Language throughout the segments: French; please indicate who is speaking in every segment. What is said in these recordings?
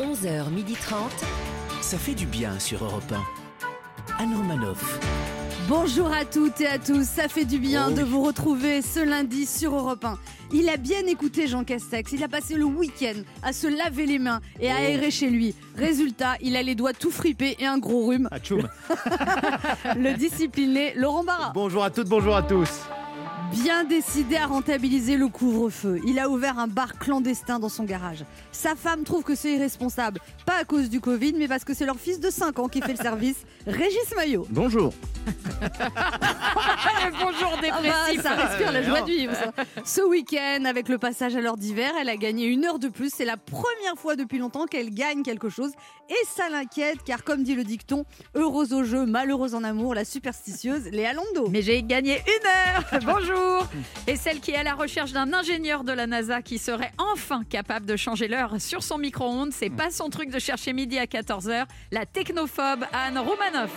Speaker 1: 11h30.
Speaker 2: Ça fait du bien sur Europe 1. Anne Romanoff.
Speaker 3: Bonjour à toutes et à tous, ça fait du bien de vous retrouver ce lundi sur Europe 1. Il a bien écouté Jean Castex, il a passé le week-end à se laver les mains et à aérer chez lui. Résultat, il a les doigts tout fripés et un gros rhume.
Speaker 4: Atchoum.
Speaker 3: Le discipliné Laurent Barra.
Speaker 4: Bonjour à toutes, bonjour à tous.
Speaker 3: Bien décidé à rentabiliser le couvre-feu, il a ouvert un bar clandestin dans son garage. Sa femme trouve que c'est irresponsable, pas à cause du Covid, mais parce que c'est leur fils de 5 ans qui fait le service, Régis Maillot.
Speaker 4: Bonjour.
Speaker 5: Bonjour
Speaker 3: Ah bah, ça respire la joie de vivre. ça. Ce week-end, avec le passage à l'heure d'hiver, elle a gagné une heure de plus. C'est la première fois depuis longtemps qu'elle gagne quelque chose. Et ça l'inquiète, car comme dit le dicton, heureuse au jeu, malheureuse en amour, la superstitieuse Léa Londo.
Speaker 5: Mais j'ai gagné une heure Bonjour Et celle qui est à la recherche d'un ingénieur de la NASA qui serait enfin capable de changer l'heure sur son micro-ondes, c'est pas son truc de chercher midi à 14h, la technophobe Anne Romanoff.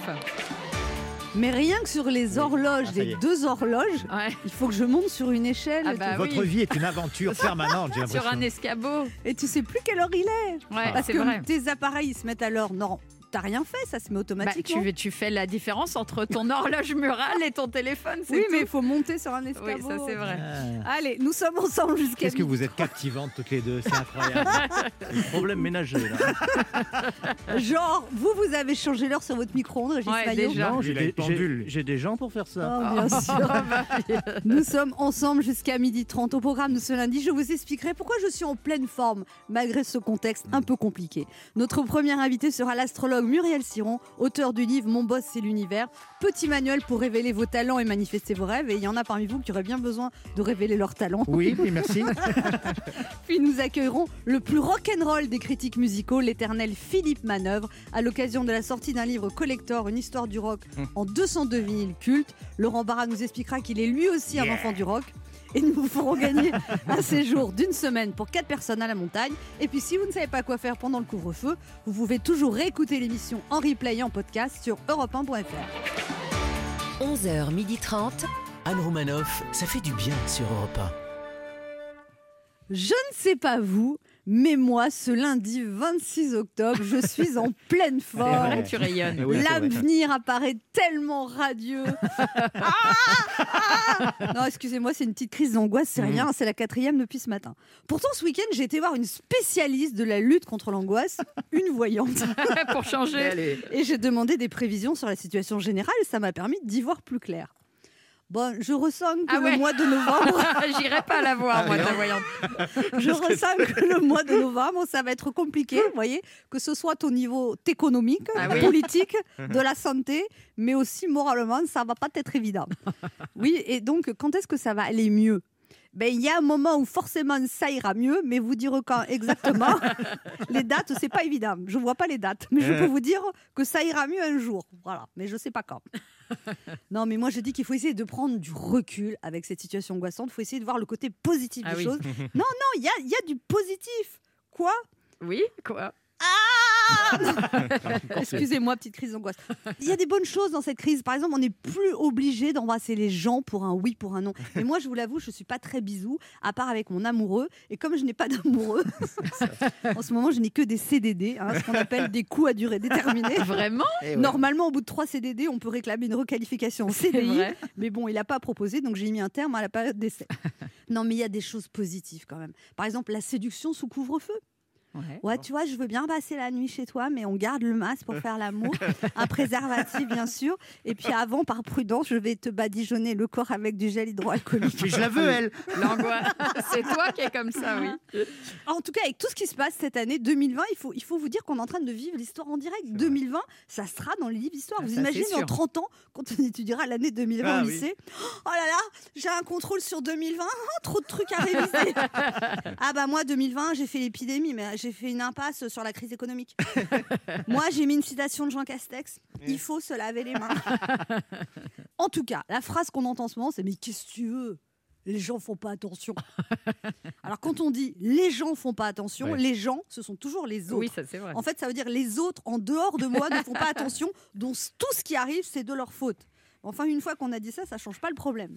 Speaker 3: Mais rien que sur les horloges,
Speaker 4: Ah, ça y
Speaker 3: des
Speaker 4: est.
Speaker 3: deux horloges,
Speaker 5: Ouais.
Speaker 3: il faut que je monte sur une échelle.
Speaker 5: Ah
Speaker 3: et
Speaker 5: bah
Speaker 3: tout.
Speaker 4: Votre
Speaker 5: oui.
Speaker 4: vie est une aventure permanente, j'ai
Speaker 5: Sur un
Speaker 4: l'impression.
Speaker 5: escabeau.
Speaker 3: Et tu sais plus quelle heure il est.
Speaker 5: Ouais,
Speaker 3: Parce
Speaker 5: c'est
Speaker 3: que
Speaker 5: vrai.
Speaker 3: tes appareils ils se mettent à l'heure. Non, t'as rien fait, ça se met
Speaker 5: Bah,
Speaker 3: automatiquement.
Speaker 5: tu, tu fais la différence entre ton horloge murale et ton téléphone, c'est
Speaker 3: oui,
Speaker 5: tout.
Speaker 3: mais il faut monter sur un escabeau.
Speaker 5: Oui, ça c'est vrai.
Speaker 4: Ah.
Speaker 3: Allez, nous sommes ensemble jusqu'à
Speaker 4: Qu'est-ce que
Speaker 3: midi.
Speaker 4: vous êtes captivantes toutes les deux, c'est incroyable.
Speaker 6: Problème ménager.
Speaker 4: Bah,
Speaker 6: Là.
Speaker 3: Genre, vous, vous avez changé l'heure sur votre micro-ondes, Régis
Speaker 6: Bah,
Speaker 5: Ouais,
Speaker 3: Maillot
Speaker 5: déjà.
Speaker 6: Non, j'ai
Speaker 4: Il a une
Speaker 6: des,
Speaker 4: pendule. Ah,
Speaker 6: j'ai- j'ai des gens pour faire ça. Ah.
Speaker 3: Oh, bien sûr. nous sommes ensemble jusqu'à midi 30 au programme de ce lundi. Je vous expliquerai pourquoi je suis en pleine forme malgré ce contexte un peu compliqué. Notre premier invité sera l'astrologue Muriel Siron, auteur du livre Mon boss c'est l'univers, petit manuel pour révéler vos talents et manifester vos rêves. Et il y en a parmi vous qui auraient bien besoin de révéler leurs talents.
Speaker 4: Oui, oui, merci.
Speaker 3: Puis nous accueillerons le plus rock'n'roll des critiques musicaux, l'éternel Philippe Manœuvre, à l'occasion de la sortie d'un livre collector, Une histoire du rock, en 202 vinyles cultes. Laurent Barra nous expliquera qu'il est lui aussi un enfant du rock. Et nous vous ferons gagner un séjour d'une semaine pour quatre personnes à la montagne. Et puis si vous ne savez pas quoi faire pendant le couvre-feu, vous pouvez toujours réécouter l'émission en replay et en podcast sur europe1.fr.
Speaker 1: 11h30.
Speaker 2: Anne Romanoff, ça fait du bien sur Europe
Speaker 3: Je ne sais pas vous, mais moi, ce lundi 26 octobre, je suis en pleine
Speaker 5: C'est
Speaker 3: forme.
Speaker 5: vrai, tu rayonnes.
Speaker 4: Eh oui, c'est vrai.
Speaker 3: L'avenir apparaît tellement radieux. Ah Ah non, excusez-moi, c'est une petite crise d'angoisse,
Speaker 4: Mmh.
Speaker 3: c'est rien, c'est la quatrième depuis ce matin. Pourtant, ce week-end, j'ai été voir une spécialiste de la lutte contre l'angoisse, une voyante,
Speaker 5: Pour changer.
Speaker 3: et j'ai demandé des prévisions sur la situation générale, et ça m'a permis d'y voir plus clair. Bon, je ressens que
Speaker 5: Ah
Speaker 3: euh,
Speaker 5: ouais. Ah,
Speaker 3: le mois de novembre,
Speaker 5: J'irai pas la
Speaker 6: Ah,
Speaker 5: voir,
Speaker 4: Ah,
Speaker 5: moi, ta voyante.
Speaker 3: je ressens que le mois de novembre, ça va être compliqué, vous voyez, que ce soit au niveau économique,
Speaker 5: Ah oui.
Speaker 3: politique, de la santé, mais aussi moralement, ça va pas être évident. Oui, et donc quand est-ce que ça va aller mieux ben, il y a un moment où forcément ça ira mieux, mais vous dire quand exactement, les dates, c'est pas évident. Je vois pas les dates, mais
Speaker 5: Euh.
Speaker 3: je peux vous dire que ça ira mieux un jour. Voilà, mais je sais pas quand. Non, mais moi je dis qu'il faut essayer de prendre du recul avec cette situation angoissante. Il faut essayer de voir le côté positif
Speaker 5: Ah
Speaker 3: des
Speaker 5: oui.
Speaker 3: choses. Non, non, il y a, il y a du positif. Quoi
Speaker 5: Oui, quoi
Speaker 6: Ah,
Speaker 3: Excusez-moi, petite crise d'angoisse. Il y a des bonnes choses dans cette crise. Par exemple, on n'est plus obligé d'embrasser les gens pour un oui, pour un non. Mais moi, je vous l'avoue, je ne suis pas très bisou, à part avec mon amoureux. Et comme je n'ai pas d'amoureux, en ce moment, je n'ai que des CDD, hein, ce qu'on appelle des coups à durée déterminée.
Speaker 5: Vraiment
Speaker 3: Normalement, au bout de trois CDD, on peut réclamer une requalification en
Speaker 5: C'est
Speaker 3: CDI.
Speaker 5: vrai.
Speaker 3: Mais bon, il n'a pas proposé, donc j'ai mis un terme à la période d'essai. Non, mais il y a des choses positives quand même. Par exemple, la séduction sous couvre-feu.
Speaker 5: Ouais.
Speaker 3: Ouais, tu vois, je veux bien passer la nuit chez toi, mais on garde le masque pour faire l'amour. Un préservatif, bien sûr. Et puis avant, par prudence, je vais te badigeonner le corps avec du gel hydroalcoolique.
Speaker 4: Mais je la veux, elle.
Speaker 5: L'angoisse. C'est toi qui es comme ça, oui.
Speaker 3: Euh, En tout cas, avec tout ce qui se passe cette année 2020, il faut, il faut vous dire qu'on est en train de vivre l'histoire en direct. 2020, ça sera dans les livres d'histoire.
Speaker 5: Ah,
Speaker 3: Vous
Speaker 5: ça,
Speaker 3: imaginez
Speaker 5: c'est
Speaker 3: dans
Speaker 5: sûr.
Speaker 3: 30 ans, quand on étudiera l'année 2020
Speaker 6: Ah,
Speaker 3: au
Speaker 6: oui.
Speaker 3: lycée. Oh là là, j'ai un contrôle sur 2020, Ah, trop de trucs à réviser. ah bah moi, 2020, j'ai fait l'épidémie, mais j'ai fait une impasse sur la crise économique. moi, j'ai mis une citation de Jean Castex. Il faut se laver les mains. en tout cas, la phrase qu'on entend en ce moment, c'est mais qu'est-ce que tu veux les gens font pas attention. Alors quand on dit les gens font pas attention,
Speaker 4: Ouais.
Speaker 3: les gens, ce sont toujours les autres.
Speaker 5: Oui, ça c'est vrai.
Speaker 3: En fait, ça veut dire les autres en dehors de moi ne font pas attention, dont tout ce qui arrive, c'est de leur faute. Enfin, une fois qu'on a dit ça, ça change pas le problème.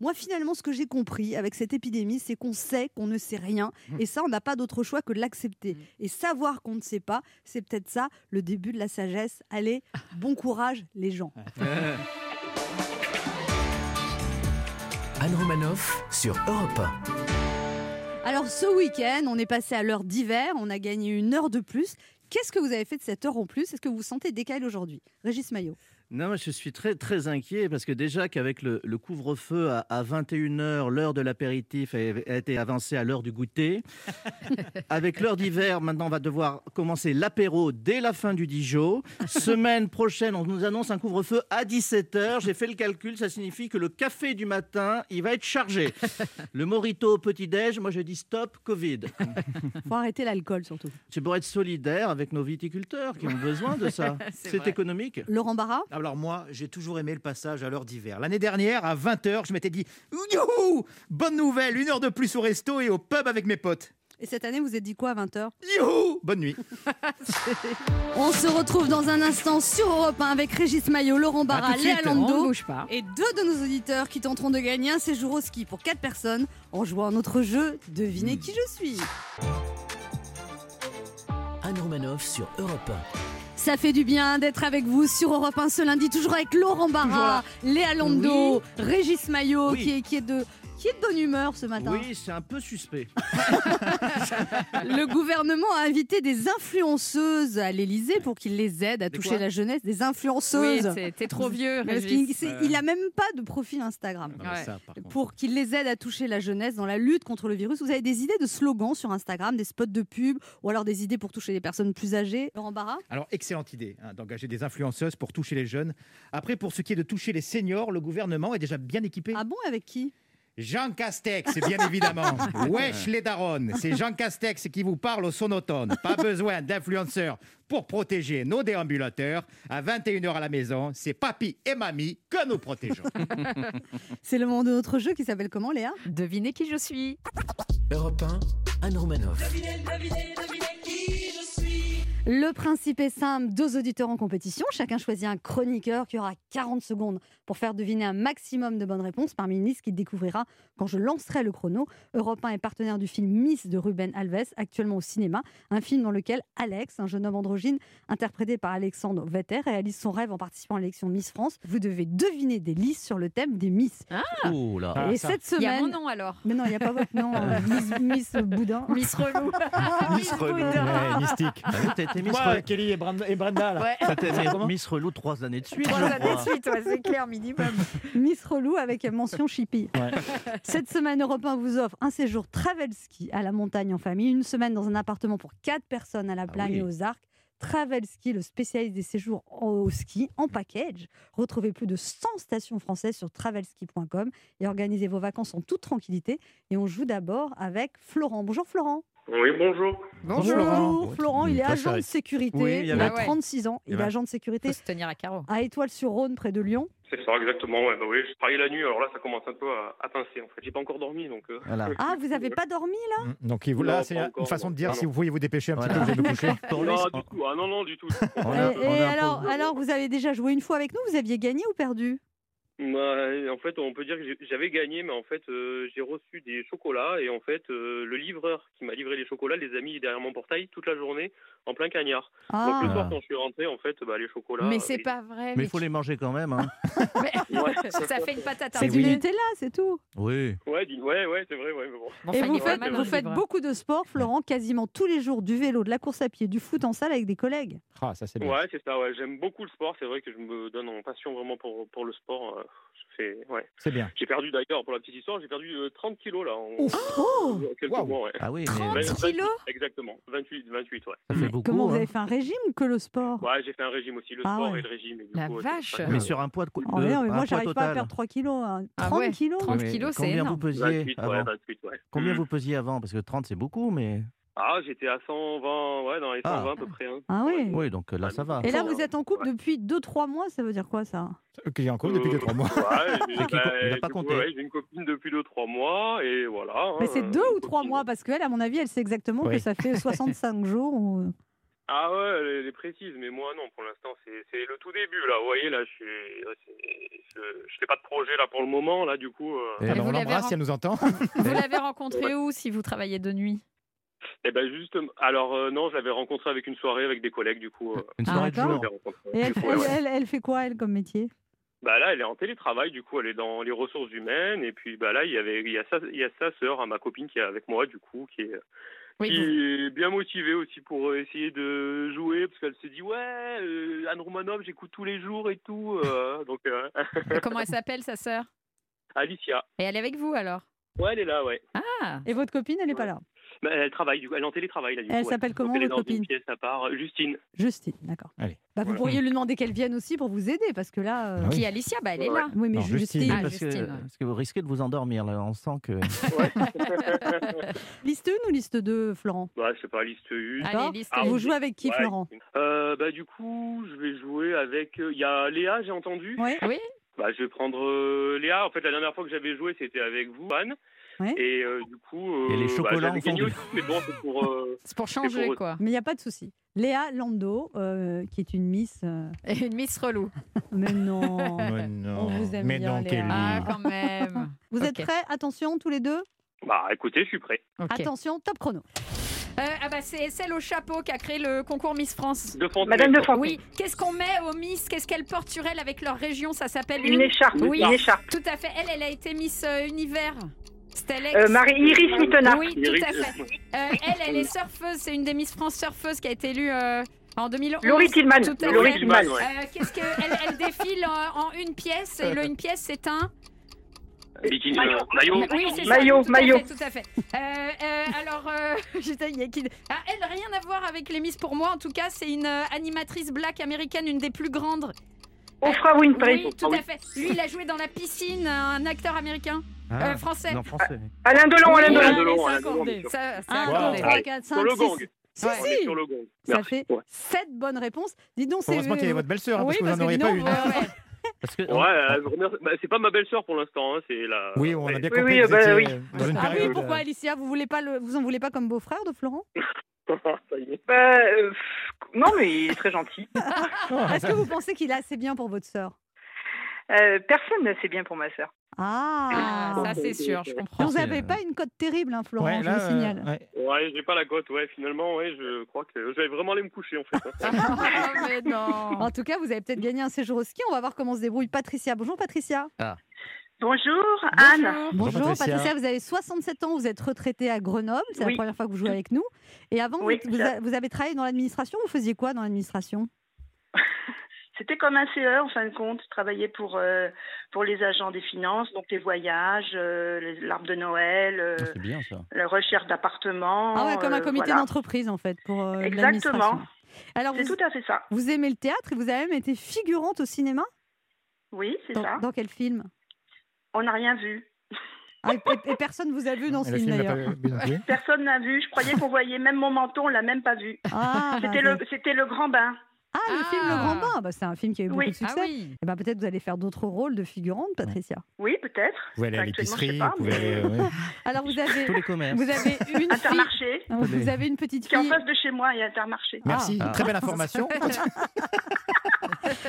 Speaker 3: Moi, finalement, ce que j'ai compris avec cette épidémie, c'est qu'on sait qu'on ne sait rien.
Speaker 5: Mmh.
Speaker 3: Et ça, on n'a pas d'autre choix que de l'accepter. Et savoir qu'on ne sait pas, c'est peut-être ça le début de la sagesse. Allez, bon courage, les gens.
Speaker 2: Anne Romanoff sur Europe 1.
Speaker 3: Alors, ce week-end, on est passé à l'heure d'hiver. On a gagné une heure de plus. Qu'est-ce que vous avez fait de cette heure en plus Est-ce que vous vous sentez décalé aujourd'hui Régis Maillot.
Speaker 6: Non, moi, je suis très très inquiet parce que déjà qu'avec le, le couvre-feu à, 21h, l'heure de l'apéritif a, a été avancée à l'heure du goûter. Avec l'heure d'hiver, maintenant on va devoir commencer l'apéro dès la fin du Dijon. Semaine prochaine, on nous annonce un couvre-feu à 17h. J'ai fait le calcul, ça signifie que le café du matin, il va être chargé. Le morito au petit-déj, moi je dis stop Covid.
Speaker 3: faut arrêter l'alcool surtout.
Speaker 6: C'est pour être solidaire avec nos viticulteurs qui ont besoin de ça.
Speaker 5: C'est
Speaker 6: C'est
Speaker 5: vrai.
Speaker 6: économique.
Speaker 3: Laurent Barra
Speaker 4: Alors moi, j'ai toujours aimé le passage à l'heure d'hiver. L'année dernière, à 20h, je m'étais dit « Youhou Bonne nouvelle, une heure de plus au resto et au pub avec mes potes.
Speaker 3: Et cette année, vous êtes dit quoi à 20h
Speaker 4: Youhou Bonne nuit.
Speaker 3: On se retrouve dans un instant sur Europe 1 avec Régis Maillot, Laurent
Speaker 5: À
Speaker 3: Barra,
Speaker 5: tout de suite,
Speaker 3: Léa
Speaker 5: on
Speaker 3: Landau
Speaker 5: bouge pas.
Speaker 3: et deux de nos auditeurs qui tenteront de gagner un séjour au ski pour quatre personnes en jouant à notre jeu
Speaker 5: Hmm.
Speaker 3: Devinez qui je suis.
Speaker 2: Anne Romanoff sur Europe
Speaker 3: Ça fait du bien d'être avec vous sur Europe 1 ce lundi, toujours avec Laurent Barra, Léa Landau, Régis Maillot
Speaker 6: Oui.
Speaker 3: qui, est, qui, est de, qui est de bonne humeur ce matin.
Speaker 6: Oui, c'est un peu suspect.
Speaker 3: Le gouvernement a invité des influenceuses à l'Elysée pour qu'ils les aident à
Speaker 6: Des
Speaker 3: toucher
Speaker 6: quoi
Speaker 3: la jeunesse. Des
Speaker 5: Oui,
Speaker 3: influenceuses.
Speaker 5: t'es- t'es trop vieux,
Speaker 3: Mais parce
Speaker 5: Régis.
Speaker 3: qu'il- c'est- il a même pas de profil Instagram.
Speaker 5: mais Ouais. ça,
Speaker 3: Pour qu'ils les aident à toucher la jeunesse dans la lutte contre le virus, vous avez des idées de slogans sur Instagram, des spots de pub ou alors des idées pour toucher les personnes plus âgées Laurent Barra
Speaker 4: Alors, excellente idée hein, d'engager des influenceuses pour toucher les jeunes. Après, pour ce qui est de toucher les seniors, le gouvernement est déjà bien équipé.
Speaker 3: Ah bon, avec qui
Speaker 4: Jean Castex, bien évidemment. Wesh les darons, c'est Jean Castex qui vous parle au sonotone. Pas besoin d'influenceurs pour protéger nos déambulateurs. À 21h à la maison, c'est papy et mamie que nous protégeons.
Speaker 3: C'est le moment de notre jeu qui s'appelle comment, Léa
Speaker 5: Devinez qui je suis.
Speaker 2: 1. Europe 1, Anne Romanoff.
Speaker 3: Le principe est simple, deux auditeurs en compétition, chacun choisit un chroniqueur qui aura 40 secondes pour faire deviner un maximum de bonnes réponses parmi une liste qu'il découvrira quand je lancerai le chrono. Europe 1 est partenaire du film Miss de Ruben Alves, actuellement au cinéma, un film dans lequel Alex, un jeune homme androgyne interprété par Alexandre Vetter, réalise son rêve en participant à l'élection Miss France. Vous devez deviner des listes sur le thème des Miss.
Speaker 6: Oh là.
Speaker 4: Ah,
Speaker 3: Et
Speaker 4: ça.
Speaker 3: cette
Speaker 5: Il y a mon
Speaker 3: semaine...
Speaker 5: nom alors.
Speaker 3: Mais non, il n'y a pas votre nom, euh, Miss, Miss Boudin.
Speaker 5: Miss Relou.
Speaker 6: Miss Relou.
Speaker 5: Boudin.
Speaker 4: mystique.
Speaker 6: T'as été Miss,
Speaker 4: Moi,
Speaker 6: Relou-
Speaker 4: Kelly et, Brand- et Brenda, là.
Speaker 5: Ouais.
Speaker 6: t'as été Miss Relou trois années de suite.
Speaker 5: Trois
Speaker 6: je
Speaker 5: années de
Speaker 6: crois.
Speaker 5: suite, ouais, c'est clair, minimum.
Speaker 3: Miss Relou avec mention Chippy. Cette semaine, Europe 1 vous offre un séjour travel ski à la montagne en famille, une semaine dans un appartement pour quatre personnes à la Plagne
Speaker 6: Ah oui.
Speaker 3: et aux Arcs. Travel Ski, le spécialiste des séjours en- au ski en package. Retrouvez plus de 100 stations françaises sur travelski.com et organisez vos vacances en toute tranquillité. Et on joue d'abord avec Florent. Bonjour Florent.
Speaker 1: Oui, bonjour.
Speaker 4: Bonjour, Laurent.
Speaker 3: Florent, il est
Speaker 6: Pas
Speaker 3: agent de
Speaker 6: cher.
Speaker 3: sécurité.
Speaker 6: Oui, il
Speaker 3: il,
Speaker 6: y
Speaker 5: avait-
Speaker 3: a
Speaker 5: Ah ouais.
Speaker 3: 36 ans. Il,
Speaker 6: y
Speaker 3: est
Speaker 6: avait-
Speaker 3: agent de sécurité
Speaker 5: Faut se tenir à carreau.
Speaker 3: à Étoile-sur-Rhône, près de Lyon.
Speaker 1: C'est ça, exactement. Ouais, bah oui, je travaille la nuit, alors là, ça commence un peu à, à pincer, en fait. J'ai pas encore dormi, donc. euh,
Speaker 6: Voilà.
Speaker 3: Ah, vous n'avez pas dormi là
Speaker 4: Donc il vous-
Speaker 1: Non,
Speaker 4: là,
Speaker 1: pas
Speaker 4: c'est une
Speaker 1: encore,
Speaker 4: façon de
Speaker 1: non.
Speaker 4: dire
Speaker 1: Non,
Speaker 4: si
Speaker 1: non.
Speaker 4: vous voyez vous dépêcher un petit
Speaker 6: Voilà.
Speaker 4: peu, je vais me coucher.
Speaker 6: Pour lui,
Speaker 1: Non,
Speaker 6: on-
Speaker 1: du tout. Ah non, non, du tout.
Speaker 6: on a-
Speaker 3: Et-
Speaker 6: on a
Speaker 3: et
Speaker 6: un
Speaker 3: alors,
Speaker 6: pauvre-
Speaker 3: alors, vous avez déjà joué une fois avec nous, vous aviez gagné ou perdu
Speaker 1: Bah, en fait, on peut dire que j'ai- j'avais gagné, mais en fait, euh, j'ai reçu des chocolats et en fait, euh, le livreur qui m'a livré les chocolats les a mis derrière mon portail toute la journée en plein cagnard. Donc le
Speaker 3: Ah,
Speaker 1: soir, quand je suis rentré, en fait, bah, les chocolats.
Speaker 5: Mais
Speaker 1: euh,
Speaker 5: c'est
Speaker 1: ils-
Speaker 5: pas vrai.
Speaker 6: Mais il faut les manger quand même. hein.
Speaker 5: Mais-
Speaker 1: Ouais.
Speaker 5: Ça fait une patate à
Speaker 3: c'est
Speaker 5: un
Speaker 3: du
Speaker 5: poulet.
Speaker 3: Nutella, c'est tout.
Speaker 6: Oui.
Speaker 1: Ouais, dis- ouais, ouais, c'est vrai, ouais, mais bon.
Speaker 5: Bon,
Speaker 3: Et
Speaker 5: enfin, il
Speaker 3: vous
Speaker 5: est pas
Speaker 3: faites,
Speaker 5: mal,
Speaker 3: vous
Speaker 5: hein,
Speaker 3: faites
Speaker 5: le
Speaker 3: beaucoup de sport, Florent, quasiment tous les jours, du vélo, de la course à pied, du foot en salle avec des collègues.
Speaker 4: Ah, ça c'est bien.
Speaker 1: Ouais, c'est ça, ouais. J'aime beaucoup le sport. C'est vrai que je me donne en passion vraiment pour, pour le sport. euh, je fais- ouais.
Speaker 4: C'est bien.
Speaker 1: J'ai perdu d'ailleurs, pour la petite histoire, j'ai perdu euh, 30 kilos là. En...
Speaker 3: Ouf. Oh
Speaker 1: en quelques
Speaker 4: Waouh.
Speaker 1: mois, ouais.
Speaker 6: Ah oui, mais
Speaker 5: 30
Speaker 1: Ouais,
Speaker 5: kilos
Speaker 1: Exactement, 28, 28, ouais.
Speaker 6: ça fait beaucoup.
Speaker 3: Comment vous
Speaker 6: hein.
Speaker 3: avez fait un régime que le sport
Speaker 1: Ouais, j'ai fait un régime aussi, le
Speaker 3: Ah
Speaker 1: sport
Speaker 3: ouais.
Speaker 1: et le régime. et du
Speaker 5: La
Speaker 1: coup, ouais,
Speaker 5: vache.
Speaker 1: c'est pas
Speaker 6: Mais
Speaker 1: grave.
Speaker 6: sur un poids de cou-
Speaker 3: Oh,
Speaker 6: de-
Speaker 3: mais non, mais
Speaker 6: un
Speaker 3: moi,
Speaker 6: poids
Speaker 3: j'arrive pas à
Speaker 6: total.
Speaker 3: perdre 3 kilos. hein. 30
Speaker 5: Ah ouais.
Speaker 3: kilos
Speaker 5: 30
Speaker 6: Oui, mais
Speaker 5: kilos, c'est
Speaker 6: Combien
Speaker 5: énorme.
Speaker 6: vous pesiez
Speaker 1: 28, ouais,
Speaker 6: avant
Speaker 1: 28, ouais.
Speaker 6: Combien
Speaker 1: Mm.
Speaker 6: vous pesiez avant Parce que 30 c'est beaucoup, mais
Speaker 1: Ah, j'étais à 120, ouais, dans les
Speaker 6: Ah.
Speaker 1: 120 à peu près. hein.
Speaker 3: Ah ouais.
Speaker 6: oui, donc euh, là ça va.
Speaker 3: Et là,
Speaker 1: Ouais.
Speaker 3: vous êtes en couple
Speaker 1: Ouais.
Speaker 3: depuis 2-3 mois, ça veut dire quoi ça
Speaker 4: Ok, j'ai en cours depuis
Speaker 1: Euh,
Speaker 4: 2-3 mois.
Speaker 1: Ouais,
Speaker 6: qu'il
Speaker 1: j'ai-
Speaker 6: co- il a
Speaker 1: du
Speaker 6: pas
Speaker 1: coup,
Speaker 6: compté.
Speaker 1: ouais, j'ai une copine depuis 2-3 mois, et voilà.
Speaker 3: Mais
Speaker 1: hein,
Speaker 3: c'est
Speaker 1: euh,
Speaker 3: 2 ou
Speaker 1: une
Speaker 3: 3
Speaker 1: copine.
Speaker 3: mois Parce qu'elle, à mon avis, elle sait exactement
Speaker 4: Oui.
Speaker 3: que ça fait 65 jours. ou-
Speaker 1: Ah ouais, elle est- elle est précise, mais moi non, pour l'instant c'est c'est le tout début là. Vous voyez là, je suis, c'est- je, je fais pas de projet là pour le moment là. Du coup, euh,
Speaker 4: Eh
Speaker 5: Et
Speaker 4: ben,
Speaker 5: Ah, vous
Speaker 4: on
Speaker 5: l'avez
Speaker 4: l'embrasse
Speaker 5: ren-
Speaker 4: si elle nous entend.
Speaker 5: Vous l'avez rencontré où si vous travaillez de nuit
Speaker 1: eh ben juste, alors euh, non, je l'avais rencontré avec une soirée avec des collègues. Du coup, euh,
Speaker 6: Une
Speaker 5: Ah,
Speaker 6: soirée de
Speaker 1: je
Speaker 3: d'accord.
Speaker 6: jour.
Speaker 1: l'avais rencontré.
Speaker 3: Et elle,
Speaker 1: Du coup, ouais,
Speaker 3: elle-
Speaker 1: ouais.
Speaker 3: elle- elle fait quoi, elle, comme métier
Speaker 1: Bah là, elle est en télétravail. Du coup, elle est dans les ressources humaines. Et puis bah là, il y avait, il y a sa, il y a sa sœur, hein, ma copine qui est avec moi. Du coup, qui est qui
Speaker 5: Oui,
Speaker 1: est bien motivée aussi pour euh, essayer de jouer parce qu'elle se dit ouais euh, Anne Romanov j'écoute tous les jours et tout euh, donc euh,
Speaker 5: vous- Comment elle s'appelle, sa sœur
Speaker 1: Alicia
Speaker 5: Et elle est avec vous alors
Speaker 1: ouais elle est là ouais
Speaker 5: Ah
Speaker 3: Et votre copine, elle n'est pas là.
Speaker 1: Bah, elle travaille, du coup, elle est en télétravail. Là, du
Speaker 3: Elle
Speaker 1: coup, ouais.
Speaker 3: s'appelle comment,
Speaker 1: Donc, Elle est
Speaker 3: votre
Speaker 1: dans
Speaker 3: copine
Speaker 1: une pièce à part. euh, Justine.
Speaker 3: Justine, d'accord.
Speaker 4: Allez.
Speaker 3: Bah, vous
Speaker 1: Voilà.
Speaker 3: pourriez lui demander qu'elle vienne aussi pour vous aider, parce que là. euh,
Speaker 4: Ah oui.
Speaker 5: Qui Alicia Bah elle est
Speaker 1: Ouais.
Speaker 5: là.
Speaker 3: Oui, mais
Speaker 6: Non,
Speaker 3: Justine.
Speaker 5: Justine. Ah,
Speaker 6: parce, que,
Speaker 5: Justine, ouais.
Speaker 6: parce que vous risquez de vous endormir, là. On sent que.
Speaker 3: Liste 1 ou liste 2, Florent
Speaker 1: Bah, c'est pas liste 1.
Speaker 3: D'accord.
Speaker 5: Allez, liste.
Speaker 1: Ah,
Speaker 3: Vous
Speaker 1: oui.
Speaker 3: jouez avec qui,
Speaker 1: Ouais.
Speaker 3: Florent
Speaker 1: Euh, bah, du coup, je vais jouer avec. euh, Il y a Léa, j'ai entendu.
Speaker 3: Ouais.
Speaker 5: Oui.
Speaker 1: Bah, je vais prendre euh, Léa. En fait, la dernière fois que j'avais joué, c'était avec vous, Anne.
Speaker 3: Ouais.
Speaker 1: Et euh, du coup. euh,
Speaker 6: Et les chocolats
Speaker 1: bah, j'avais
Speaker 6: en
Speaker 1: gagné
Speaker 6: fondue.
Speaker 1: aussi, mais bon, c'est pour. euh,
Speaker 5: C'est pour changer
Speaker 1: pour-
Speaker 5: quoi.
Speaker 3: Mais il n'y a pas de souci. Léa Lando, euh, qui est une Miss. euh,
Speaker 5: Et une Miss relou.
Speaker 3: Mais non
Speaker 4: Mais non,
Speaker 3: On vous aime
Speaker 4: mais
Speaker 3: bien,
Speaker 4: non,
Speaker 3: Léa.
Speaker 4: Kelly.
Speaker 5: Ah quand même.
Speaker 3: Vous
Speaker 5: Ok.
Speaker 3: êtes prêts Attention, tous les deux
Speaker 1: Bah, écoutez, je suis prêt.
Speaker 5: Ok.
Speaker 3: Attention, top chrono.
Speaker 5: Euh, ah bah c'est celle au chapeau qui a créé le concours Miss France.
Speaker 1: De Fontenay.
Speaker 7: Madame de France,
Speaker 5: Oui, qu'est-ce qu'on met aux Miss Qu'est-ce qu'elles portent sur elles avec leur région Ça s'appelle
Speaker 7: une écharpe.
Speaker 5: Oui.
Speaker 7: Une écharpe.
Speaker 5: Tout à fait. Elle, elle a été Miss euh, Univers. Stellex.
Speaker 7: Euh, Marie Iris Mittenard.
Speaker 5: Oui, tout à fait. Euh, elle, elle est surfeuse. C'est une des Miss France surfeuse qui a été élue euh, en 2011.
Speaker 7: Laurie Tillman.
Speaker 5: Tout à
Speaker 7: Laurie
Speaker 5: fait.
Speaker 7: Tillman.
Speaker 5: Euh, qu'est-ce que elle, elle défile en, en une pièce et le une pièce c'est un
Speaker 1: Bikini, euh, maillot.
Speaker 5: oui c'est ça,
Speaker 7: Maillot,
Speaker 5: tout à
Speaker 7: maillot.
Speaker 5: fait, tout à fait Euh, euh, alors euh, j'étais- il y a qui- Ah, elle rien à voir avec les Miss pour moi en tout cas c'est une euh, animatrice black américaine une des plus grandes
Speaker 7: Oprah Winfrey.
Speaker 5: oui tout à fait lui il a joué dans la piscine un acteur américain
Speaker 6: Ah,
Speaker 5: euh, français
Speaker 6: non, français.
Speaker 7: Alain Delon, Alain
Speaker 5: Oui,
Speaker 7: Delon.
Speaker 1: Alain Delon,
Speaker 5: c'est
Speaker 1: Alain Delon,
Speaker 5: accordé.
Speaker 1: bien sûr.
Speaker 5: Ça, c'est
Speaker 3: Un,
Speaker 5: accordé.
Speaker 3: deux, trois, quatre, cinq,
Speaker 1: Sur le
Speaker 3: six.
Speaker 1: gong.
Speaker 3: Si,
Speaker 1: On est
Speaker 3: si
Speaker 1: sur le gong.
Speaker 3: Ça
Speaker 1: Merci.
Speaker 3: fait
Speaker 1: Ouais.
Speaker 3: 7 bonnes réponses. Dis donc, c'est. euh,
Speaker 4: Heureusement qu'il y avait votre belle-sœur, hein,
Speaker 3: Oui,
Speaker 4: parce que vous
Speaker 3: parce
Speaker 4: n'en
Speaker 3: que euh,
Speaker 4: auriez
Speaker 3: sinon,
Speaker 4: pas une.
Speaker 3: vous-
Speaker 5: Ouais, ouais.
Speaker 6: Parce que.
Speaker 1: Ouais, euh, je remercie- bah, c'est pas ma belle-sœur pour l'instant, hein, c'est la.
Speaker 4: Oui, on a bien
Speaker 7: Oui,
Speaker 4: compris.
Speaker 7: oui,
Speaker 4: que vous
Speaker 7: bah
Speaker 4: étiez,
Speaker 7: oui.
Speaker 4: euh, Dans une
Speaker 3: Ah oui,
Speaker 4: période, euh,
Speaker 3: pourquoi, Alicia Vous voulez pas le... vous en voulez pas comme beau-frère de Florent
Speaker 1: Ça y est.
Speaker 7: Bah, euh, pff, non, mais il est très gentil.
Speaker 3: Est-ce que vous pensez qu'il est assez bien pour votre sœur
Speaker 7: Euh, personne ne sait bien pour ma sœur.
Speaker 5: Ah,
Speaker 3: Ah
Speaker 5: ça c'est sûr, je comprends.
Speaker 3: Vous
Speaker 6: c'est-
Speaker 3: n'avez pas une cote terrible, hein, Florent,
Speaker 4: euh, ouais,
Speaker 3: je
Speaker 4: là,
Speaker 3: vous
Speaker 4: euh,
Speaker 3: signale.
Speaker 4: ouais.
Speaker 1: Ouais, j'ai pas la cote, ouais, finalement, ouais, je crois que je vais vraiment aller me coucher en fait. hein.
Speaker 5: Ah, mais non.
Speaker 3: En tout cas, vous avez peut-être gagné un séjour au ski. On va voir comment se débrouille Patricia. Bonjour Patricia.
Speaker 7: Bonjour, Anne.
Speaker 3: Bonjour, Patricia.
Speaker 4: Patricia.
Speaker 3: Vous avez 67 ans, vous êtes retraitée à Grenoble. C'est la
Speaker 7: Oui.
Speaker 3: première fois que vous jouez avec nous. Et avant, vous-
Speaker 7: Oui,
Speaker 3: vous,
Speaker 7: ça.
Speaker 3: a- vous avez travaillé dans l'administration. Vous faisiez quoi dans l'administration
Speaker 7: C'était comme un CE en fin de compte. Je travaillais pour, euh, pour les agents des finances, donc les voyages, euh, les- l'arbre de Noël, euh,
Speaker 6: Ah, C'est bien ça.
Speaker 7: la recherche d'appartements.
Speaker 3: Ah ouais, comme un
Speaker 7: euh,
Speaker 3: comité
Speaker 7: voilà.
Speaker 3: d'entreprise en fait pour euh,
Speaker 7: Exactement.
Speaker 3: l'administration. Alors
Speaker 7: C'est
Speaker 3: vous,
Speaker 7: tout à fait ça.
Speaker 3: vous aimez le théâtre et vous avez même été figurante au cinéma.
Speaker 7: Oui, c'est
Speaker 3: Dans,
Speaker 7: ça.
Speaker 3: dans quel film
Speaker 7: On n'a rien vu.
Speaker 3: Ah, et, et- et personne vous a vu dans ce
Speaker 7: assim,
Speaker 4: Et le
Speaker 3: film
Speaker 4: film n'a pas
Speaker 7: tá
Speaker 3: d'ailleurs.
Speaker 4: eu- bien non plus.
Speaker 7: Personne n'a vu. Je croyais qu'on voyait même mon menton, on l'a même pas vu.
Speaker 3: Ah, bah,
Speaker 7: C'était le, c'était le grand bain.
Speaker 3: ah, le
Speaker 5: Ah.
Speaker 3: film Le Grand Bain. Bah, c'est un film qui a eu
Speaker 7: Oui.
Speaker 3: beaucoup de
Speaker 5: Ah
Speaker 3: succès.
Speaker 5: oui.
Speaker 3: Eh ben, peut-être vous allez faire d'autres rôles de figurante, Patricia.
Speaker 7: Oui, peut-être.
Speaker 4: Vous pouvez aller à
Speaker 7: Actuellement, je sais
Speaker 4: l'épicerie,
Speaker 7: pas,
Speaker 4: vous pouvez
Speaker 7: mais-
Speaker 4: aller. euh, ouais.
Speaker 3: Alors vous avez,
Speaker 6: Tous les commerces.
Speaker 3: vous avez une fille,
Speaker 7: Intermarché,
Speaker 3: vous avez une petite
Speaker 7: qui est en
Speaker 3: fille.
Speaker 7: face de chez moi, il y a Intermarché.
Speaker 4: Merci,
Speaker 6: Ah.
Speaker 4: très belle information.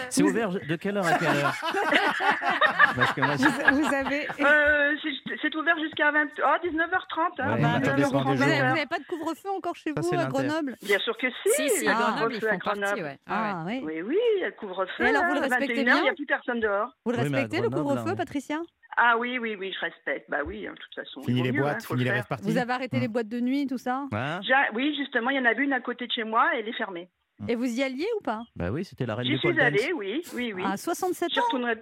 Speaker 6: C'est ouvert de quelle heure à quelle heure Parce que moi,
Speaker 3: Vous, vous avez.
Speaker 7: Euh, c'est- c'est ouvert jusqu'à 20... oh, 19h30. hein.
Speaker 6: Ouais, bah, ça
Speaker 4: dépend des jours.
Speaker 3: Vous n'avez vous n'avez pas de couvre-feu encore chez
Speaker 6: Ça,
Speaker 3: vous
Speaker 6: c'est
Speaker 3: à
Speaker 6: l'inter.
Speaker 3: Grenoble
Speaker 7: Bien sûr que si.
Speaker 5: Si, si, à
Speaker 7: le
Speaker 3: Ah.
Speaker 5: Grenoble, ils
Speaker 7: couvre-feu à
Speaker 5: font partie,
Speaker 7: Grenoble.
Speaker 5: ouais. Ah ouais.
Speaker 3: Ah oui.
Speaker 7: Oui, oui, il y a le couvre-feu.
Speaker 3: Et alors,
Speaker 7: là,
Speaker 3: vous le
Speaker 7: à
Speaker 3: respectez
Speaker 7: 21h, il n'y
Speaker 3: bien
Speaker 7: a plus personne dehors.
Speaker 3: Vous le
Speaker 6: Oui, mais à
Speaker 3: respectez le
Speaker 6: Grenoble, hein. là,
Speaker 3: couvre-feu,
Speaker 6: on-
Speaker 3: Patricia
Speaker 7: Ah oui, oui, oui, je respecte. Bah oui, hein, de toute façon.
Speaker 4: Fini
Speaker 7: il vaut
Speaker 4: les
Speaker 7: mieux, hein,
Speaker 4: boîtes,
Speaker 7: faut
Speaker 4: fini
Speaker 7: le
Speaker 4: les
Speaker 7: faire.
Speaker 4: rêves parties.
Speaker 3: Vous avez arrêté les boîtes de nuit, tout ça
Speaker 6: Hein
Speaker 7: Ja- Oui, justement, il y en a une à côté de chez moi, elle est fermée.
Speaker 3: Et vous y alliez ou pas
Speaker 6: bah oui, c'était la reine
Speaker 7: J'y
Speaker 6: du pole
Speaker 7: suis
Speaker 6: dance.
Speaker 7: allée, oui, oui, oui.
Speaker 3: À 67
Speaker 7: J'y
Speaker 3: ans
Speaker 7: retournerai.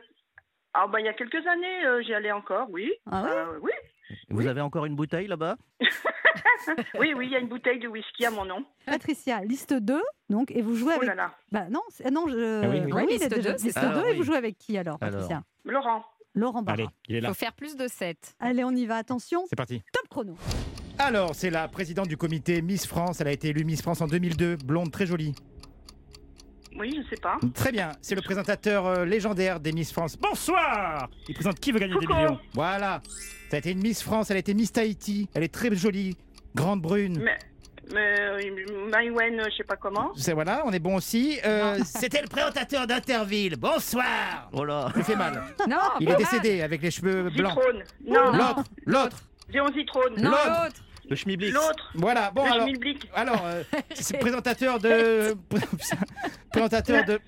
Speaker 7: Ah, bah, il y a quelques années, euh, j'y allais encore, oui.
Speaker 3: Ah ouais
Speaker 7: Euh, oui,
Speaker 6: Vous avez encore une bouteille là-bas
Speaker 7: oui, oui, il y a une bouteille de whisky à mon nom.
Speaker 3: Patricia, liste 2, donc, et vous jouez
Speaker 7: Oh
Speaker 3: avec.
Speaker 7: là là.
Speaker 3: Bah non, c'est- non, je.
Speaker 4: Ah oui, oui.
Speaker 5: Oui, liste
Speaker 3: les deux-
Speaker 5: deux, c'est Ah
Speaker 3: liste
Speaker 6: ça.
Speaker 3: 2, et
Speaker 6: Alors,
Speaker 3: vous jouez avec qui alors,
Speaker 6: Alors.
Speaker 3: Patricia
Speaker 7: Laurent.
Speaker 3: Laurent Barra.
Speaker 4: Allez,
Speaker 3: Allez.
Speaker 4: il est là,
Speaker 5: Faut faire plus de 7.
Speaker 3: on y va, attention,
Speaker 4: c'est parti.
Speaker 3: top chrono.
Speaker 4: Alors, c'est la présidente du comité Miss France. Elle a été élue Miss France en 2002, blonde, très jolie.
Speaker 7: Oui, je sais pas.
Speaker 4: Très bien, c'est le présentateur euh, légendaire des Miss France. Bonsoir Il présente qui veut gagner des millions Voilà, ça a été une Miss France, elle a été Miss Tahiti, elle est très jolie, grande brune.
Speaker 7: Mais, Mais, euh, Maïwen, je sais pas comment.
Speaker 4: C'est voilà, on est bon aussi. Euh, C'était le présentateur d'Interville. Bonsoir.
Speaker 6: Oh là.
Speaker 4: Il fait mal.
Speaker 5: Non,
Speaker 7: Ah,
Speaker 4: Il est décédé avec les cheveux blancs.
Speaker 7: Zitrone. Non,
Speaker 4: L'autre, l'autre.
Speaker 7: Léon Zitrone.
Speaker 5: Non,
Speaker 4: L'autre.
Speaker 5: l'autre.
Speaker 6: Le schmiblix.
Speaker 7: L'autre.
Speaker 4: Voilà. Bon
Speaker 7: le
Speaker 4: alors.
Speaker 7: schmilblick.
Speaker 4: Alors, euh, c'est présentateur de présentateur de.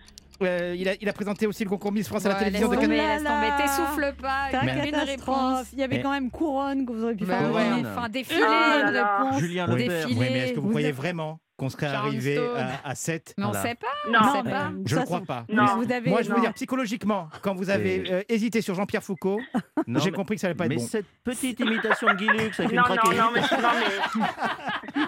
Speaker 4: euh, il, a, il a présenté aussi le concours Miss France à la
Speaker 5: Ouais,
Speaker 4: télévision de
Speaker 5: laisse
Speaker 3: Canal.
Speaker 5: tomber,
Speaker 4: Canal.
Speaker 5: laisse tomber. T'essouffle pas.
Speaker 3: Ta
Speaker 5: Une réponse.
Speaker 3: catastrophe. Il y avait
Speaker 4: Mais-
Speaker 3: quand même couronne que vous auriez pu
Speaker 5: Bah
Speaker 3: faire.
Speaker 6: ouais.
Speaker 5: ouais,
Speaker 3: deviner.
Speaker 6: Couronne.
Speaker 5: enfin, défilé,
Speaker 3: Une
Speaker 7: Ah là
Speaker 5: une
Speaker 7: là.
Speaker 5: réponse.
Speaker 6: Julien
Speaker 5: Oui.
Speaker 6: Lepers.
Speaker 5: Défilé.
Speaker 4: Oui, mais est-ce que vous,
Speaker 3: Vous
Speaker 4: croyez
Speaker 3: êtes-
Speaker 4: vraiment qu'on serait
Speaker 5: Sharon
Speaker 4: arrivé euh,
Speaker 5: Stone.
Speaker 4: à, à 7
Speaker 5: Mais on
Speaker 6: Voilà.
Speaker 5: sait pas.
Speaker 7: Non.
Speaker 5: C'est pas.
Speaker 4: Je
Speaker 3: Ça,
Speaker 4: ne crois
Speaker 3: c'est-
Speaker 4: pas.
Speaker 7: Non.
Speaker 3: Vous avez,
Speaker 4: Moi, je veux
Speaker 7: non.
Speaker 4: dire psychologiquement, quand vous avez euh, hésité sur Jean-Pierre Foucault,
Speaker 6: Non,
Speaker 4: j'ai
Speaker 6: mais-
Speaker 4: compris que ça allait pas être
Speaker 6: Mais
Speaker 4: bon.
Speaker 6: cette petite imitation de Guy Lux avec une
Speaker 7: Non, non,
Speaker 6: traquée.
Speaker 7: non, mais, non, mais...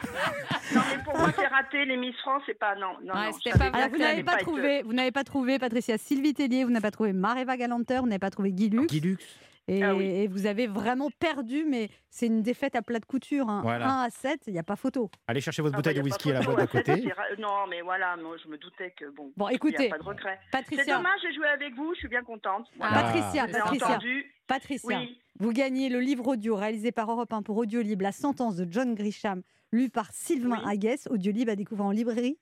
Speaker 7: non, mais pour moi, c'est raté. Les Miss France, c'est pas. Non, non,
Speaker 5: Ouais,
Speaker 7: non,
Speaker 5: c'était
Speaker 7: je savais
Speaker 5: pas
Speaker 7: bien que
Speaker 5: vrai.
Speaker 3: Alors, vous
Speaker 7: ça
Speaker 3: n'avez
Speaker 7: allait
Speaker 3: Ah, pas
Speaker 7: être-
Speaker 3: trouvé, vous n'avez pas trouvé Patricia Sylvie Tellier, vous n'avez pas trouvé Mareva Galanter, vous n'avez pas trouvé Guy Lux.
Speaker 6: Guy Lux.
Speaker 3: Et,
Speaker 7: Ah oui.
Speaker 3: et vous avez vraiment perdu, mais c'est une défaite à plat de couture. hein.
Speaker 4: Voilà.
Speaker 3: 1 à 7, il n'y a pas photo.
Speaker 4: Allez chercher votre
Speaker 7: Ah,
Speaker 4: bouteille
Speaker 7: bah,
Speaker 4: de
Speaker 7: y a pas
Speaker 4: whisky à la
Speaker 7: photo,
Speaker 4: boîte d'à
Speaker 7: après,
Speaker 4: côté.
Speaker 7: c'est ra- Non, mais voilà, moi, je me doutais que. Bon,
Speaker 3: Bon,
Speaker 7: il n'y
Speaker 3: écoutez,
Speaker 7: a pas de regret. C'est
Speaker 3: Patricia,
Speaker 7: dommage, j'ai joué avec vous, je suis bien contente. Voilà.
Speaker 3: Patricia,
Speaker 5: Ah.
Speaker 7: J'ai
Speaker 3: Patricia,
Speaker 7: entendu.
Speaker 3: Patricia,
Speaker 7: Oui.
Speaker 3: vous gagnez le livre audio réalisé par Europe 1 pour Audio Libre, La sentence de John Grisham, lu par Sylvain
Speaker 7: Oui.
Speaker 3: Aguès, Audio Libre à découvrir en librairie.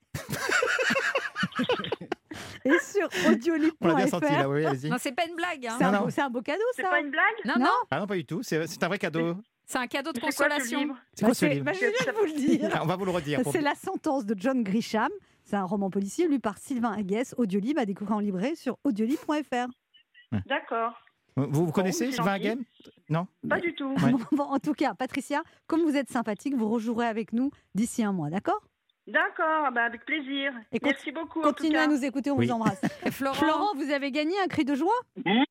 Speaker 3: et sur audiolibre.fr.
Speaker 4: On l'a bien senti là, oui, allez-y.
Speaker 5: Non, c'est pas une blague. hein.
Speaker 3: C'est
Speaker 4: Non,
Speaker 3: un,
Speaker 4: non.
Speaker 3: beau- c'est un beau cadeau,
Speaker 7: C'est
Speaker 3: ça.
Speaker 7: pas une blague
Speaker 5: Non,
Speaker 3: Non.
Speaker 5: non,
Speaker 4: Ah non, pas du tout, c'est c'est un vrai cadeau.
Speaker 5: c'est un cadeau de
Speaker 7: C'est quoi ce
Speaker 5: consolation.
Speaker 7: livre
Speaker 4: C'est quoi
Speaker 3: Bah,
Speaker 4: ce
Speaker 3: c'est-
Speaker 4: livre
Speaker 3: bah, Je viens de vous le dire.
Speaker 4: Ah, On va vous le redire. pour-
Speaker 3: C'est La sentence de John Grisham. C'est un roman policier lu par Sylvain Aguès, Audiolib, à découvrir en librairie sur audiolib.fr.
Speaker 7: D'accord.
Speaker 4: Vous vous connaissez,
Speaker 7: c'est
Speaker 4: Sylvain
Speaker 7: gentil.
Speaker 4: Game Non
Speaker 7: Pas du tout.
Speaker 4: Ouais.
Speaker 3: Bah, Bon, en tout cas, Patricia, comme vous êtes sympathique, vous rejouerez avec nous d'ici un mois, d'accord
Speaker 7: D'accord, ah bah, avec plaisir.
Speaker 3: Et con-
Speaker 7: Merci beaucoup. en tout
Speaker 3: Continuez
Speaker 7: cas.
Speaker 3: à nous écouter, on
Speaker 4: Oui.
Speaker 3: vous embrasse.
Speaker 5: Et Florent,
Speaker 3: Florent, vous avez gagné un cri de joie
Speaker 7: Merci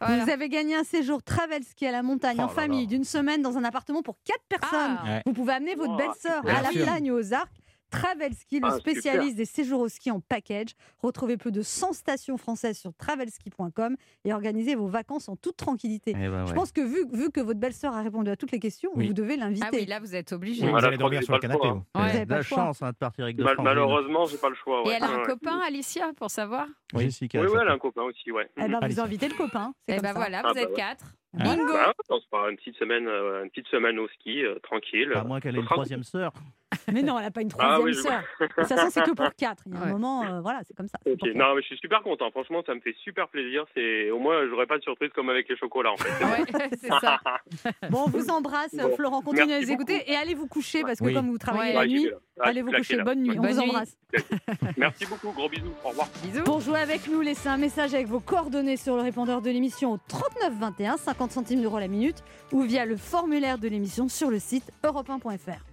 Speaker 5: voilà.
Speaker 3: Vous avez gagné un séjour Travelski à la montagne
Speaker 6: Oh
Speaker 3: en
Speaker 6: là
Speaker 3: famille
Speaker 6: là.
Speaker 3: d'une semaine dans un appartement pour quatre personnes.
Speaker 5: Ah.
Speaker 4: Ouais.
Speaker 3: Vous pouvez amener votre
Speaker 7: Oh,
Speaker 3: belle-sœur
Speaker 4: bien
Speaker 3: à la
Speaker 4: sûr.
Speaker 3: montagne ou aux arcs. Travelski, le
Speaker 1: Ah, super.
Speaker 3: spécialiste des séjours au ski en package. Retrouvez plus de 100 stations françaises sur travelski.com et organisez vos vacances en toute tranquillité.
Speaker 6: Eh ben
Speaker 3: Je
Speaker 6: ouais.
Speaker 3: pense que vu, vu que votre belle-sœur a répondu à toutes les questions,
Speaker 4: Oui.
Speaker 3: vous devez
Speaker 5: Ah oui,
Speaker 3: l'inviter.
Speaker 5: là, vous êtes
Speaker 4: Oui,
Speaker 5: obligé.
Speaker 4: Vous
Speaker 1: Voilà,
Speaker 4: allez
Speaker 1: je crois
Speaker 4: dormir
Speaker 1: que
Speaker 4: sur le
Speaker 1: j'ai
Speaker 4: canapé.
Speaker 1: pas le
Speaker 4: vous.
Speaker 5: choix, hein.
Speaker 3: Ouais.
Speaker 6: Eh, de la
Speaker 3: pas le choix.
Speaker 6: chance hein, de partir avec deux
Speaker 1: Mal-
Speaker 6: frangines.
Speaker 1: malheureusement, j'ai pas le choix.
Speaker 5: Et
Speaker 1: Oh, ouais.
Speaker 5: elle a
Speaker 1: Ouais,
Speaker 5: un
Speaker 1: ouais.
Speaker 5: copain, Alicia, pour savoir
Speaker 6: Oui. Jessica.
Speaker 1: Oui, oui, elle a
Speaker 6: ça
Speaker 1: un copain aussi, ouais. Mhm.
Speaker 3: Eh ben,
Speaker 4: Allez.
Speaker 3: vous invitez le copain. c'est
Speaker 5: Eh
Speaker 3: comme
Speaker 5: ben
Speaker 3: ça.
Speaker 5: voilà,
Speaker 1: Ah
Speaker 5: vous
Speaker 1: bah
Speaker 5: êtes
Speaker 1: ouais.
Speaker 5: quatre.
Speaker 3: Ah.
Speaker 5: Bingo
Speaker 1: Bah, on se fera une petite semaine, euh, une petite semaine au ski, euh, tranquille.
Speaker 6: peut- À moins qu'elle ait une
Speaker 1: Ce sera-
Speaker 6: troisième sœur.
Speaker 3: Mais non, elle n'a pas une
Speaker 1: Ah
Speaker 3: troisième
Speaker 1: oui, je-
Speaker 3: sœur. De toute façon, c'est que pour quatre. Il y a un
Speaker 5: Ouais.
Speaker 3: moment, euh, voilà, c'est comme ça. c'est
Speaker 1: Ok,
Speaker 3: pour quatre.
Speaker 1: Non, mais je suis super content. Franchement, ça me fait super plaisir. C'est au moins, j'aurais pas de surprise comme avec les chocolats. En fait.
Speaker 5: Ouais, c'est ça.
Speaker 3: Bon, on vous embrasse,
Speaker 1: Bon.
Speaker 3: Florent. Continuez à
Speaker 1: Merci
Speaker 3: les écouter et allez vous coucher parce que
Speaker 4: Oui.
Speaker 3: comme vous travaillez
Speaker 5: Ouais.
Speaker 3: la
Speaker 1: Ouais, j'y
Speaker 3: nuit,
Speaker 1: vais, là. Ah,
Speaker 3: allez
Speaker 1: je
Speaker 3: vous
Speaker 1: suis
Speaker 3: coucher.
Speaker 1: claqué, là.
Speaker 3: Bonne nuit. on
Speaker 5: Bonne
Speaker 3: vous
Speaker 5: nuit.
Speaker 3: embrasse.
Speaker 1: Merci beaucoup. Gros bisous. Au revoir.
Speaker 5: Bisous.
Speaker 3: Pour jouer avec nous, laissez un message avec vos coordonnées sur le répondeur de l'émission au 39 21, 50 centimes d'euros la minute, ou via le formulaire de l'émission sur le site europe1.fr.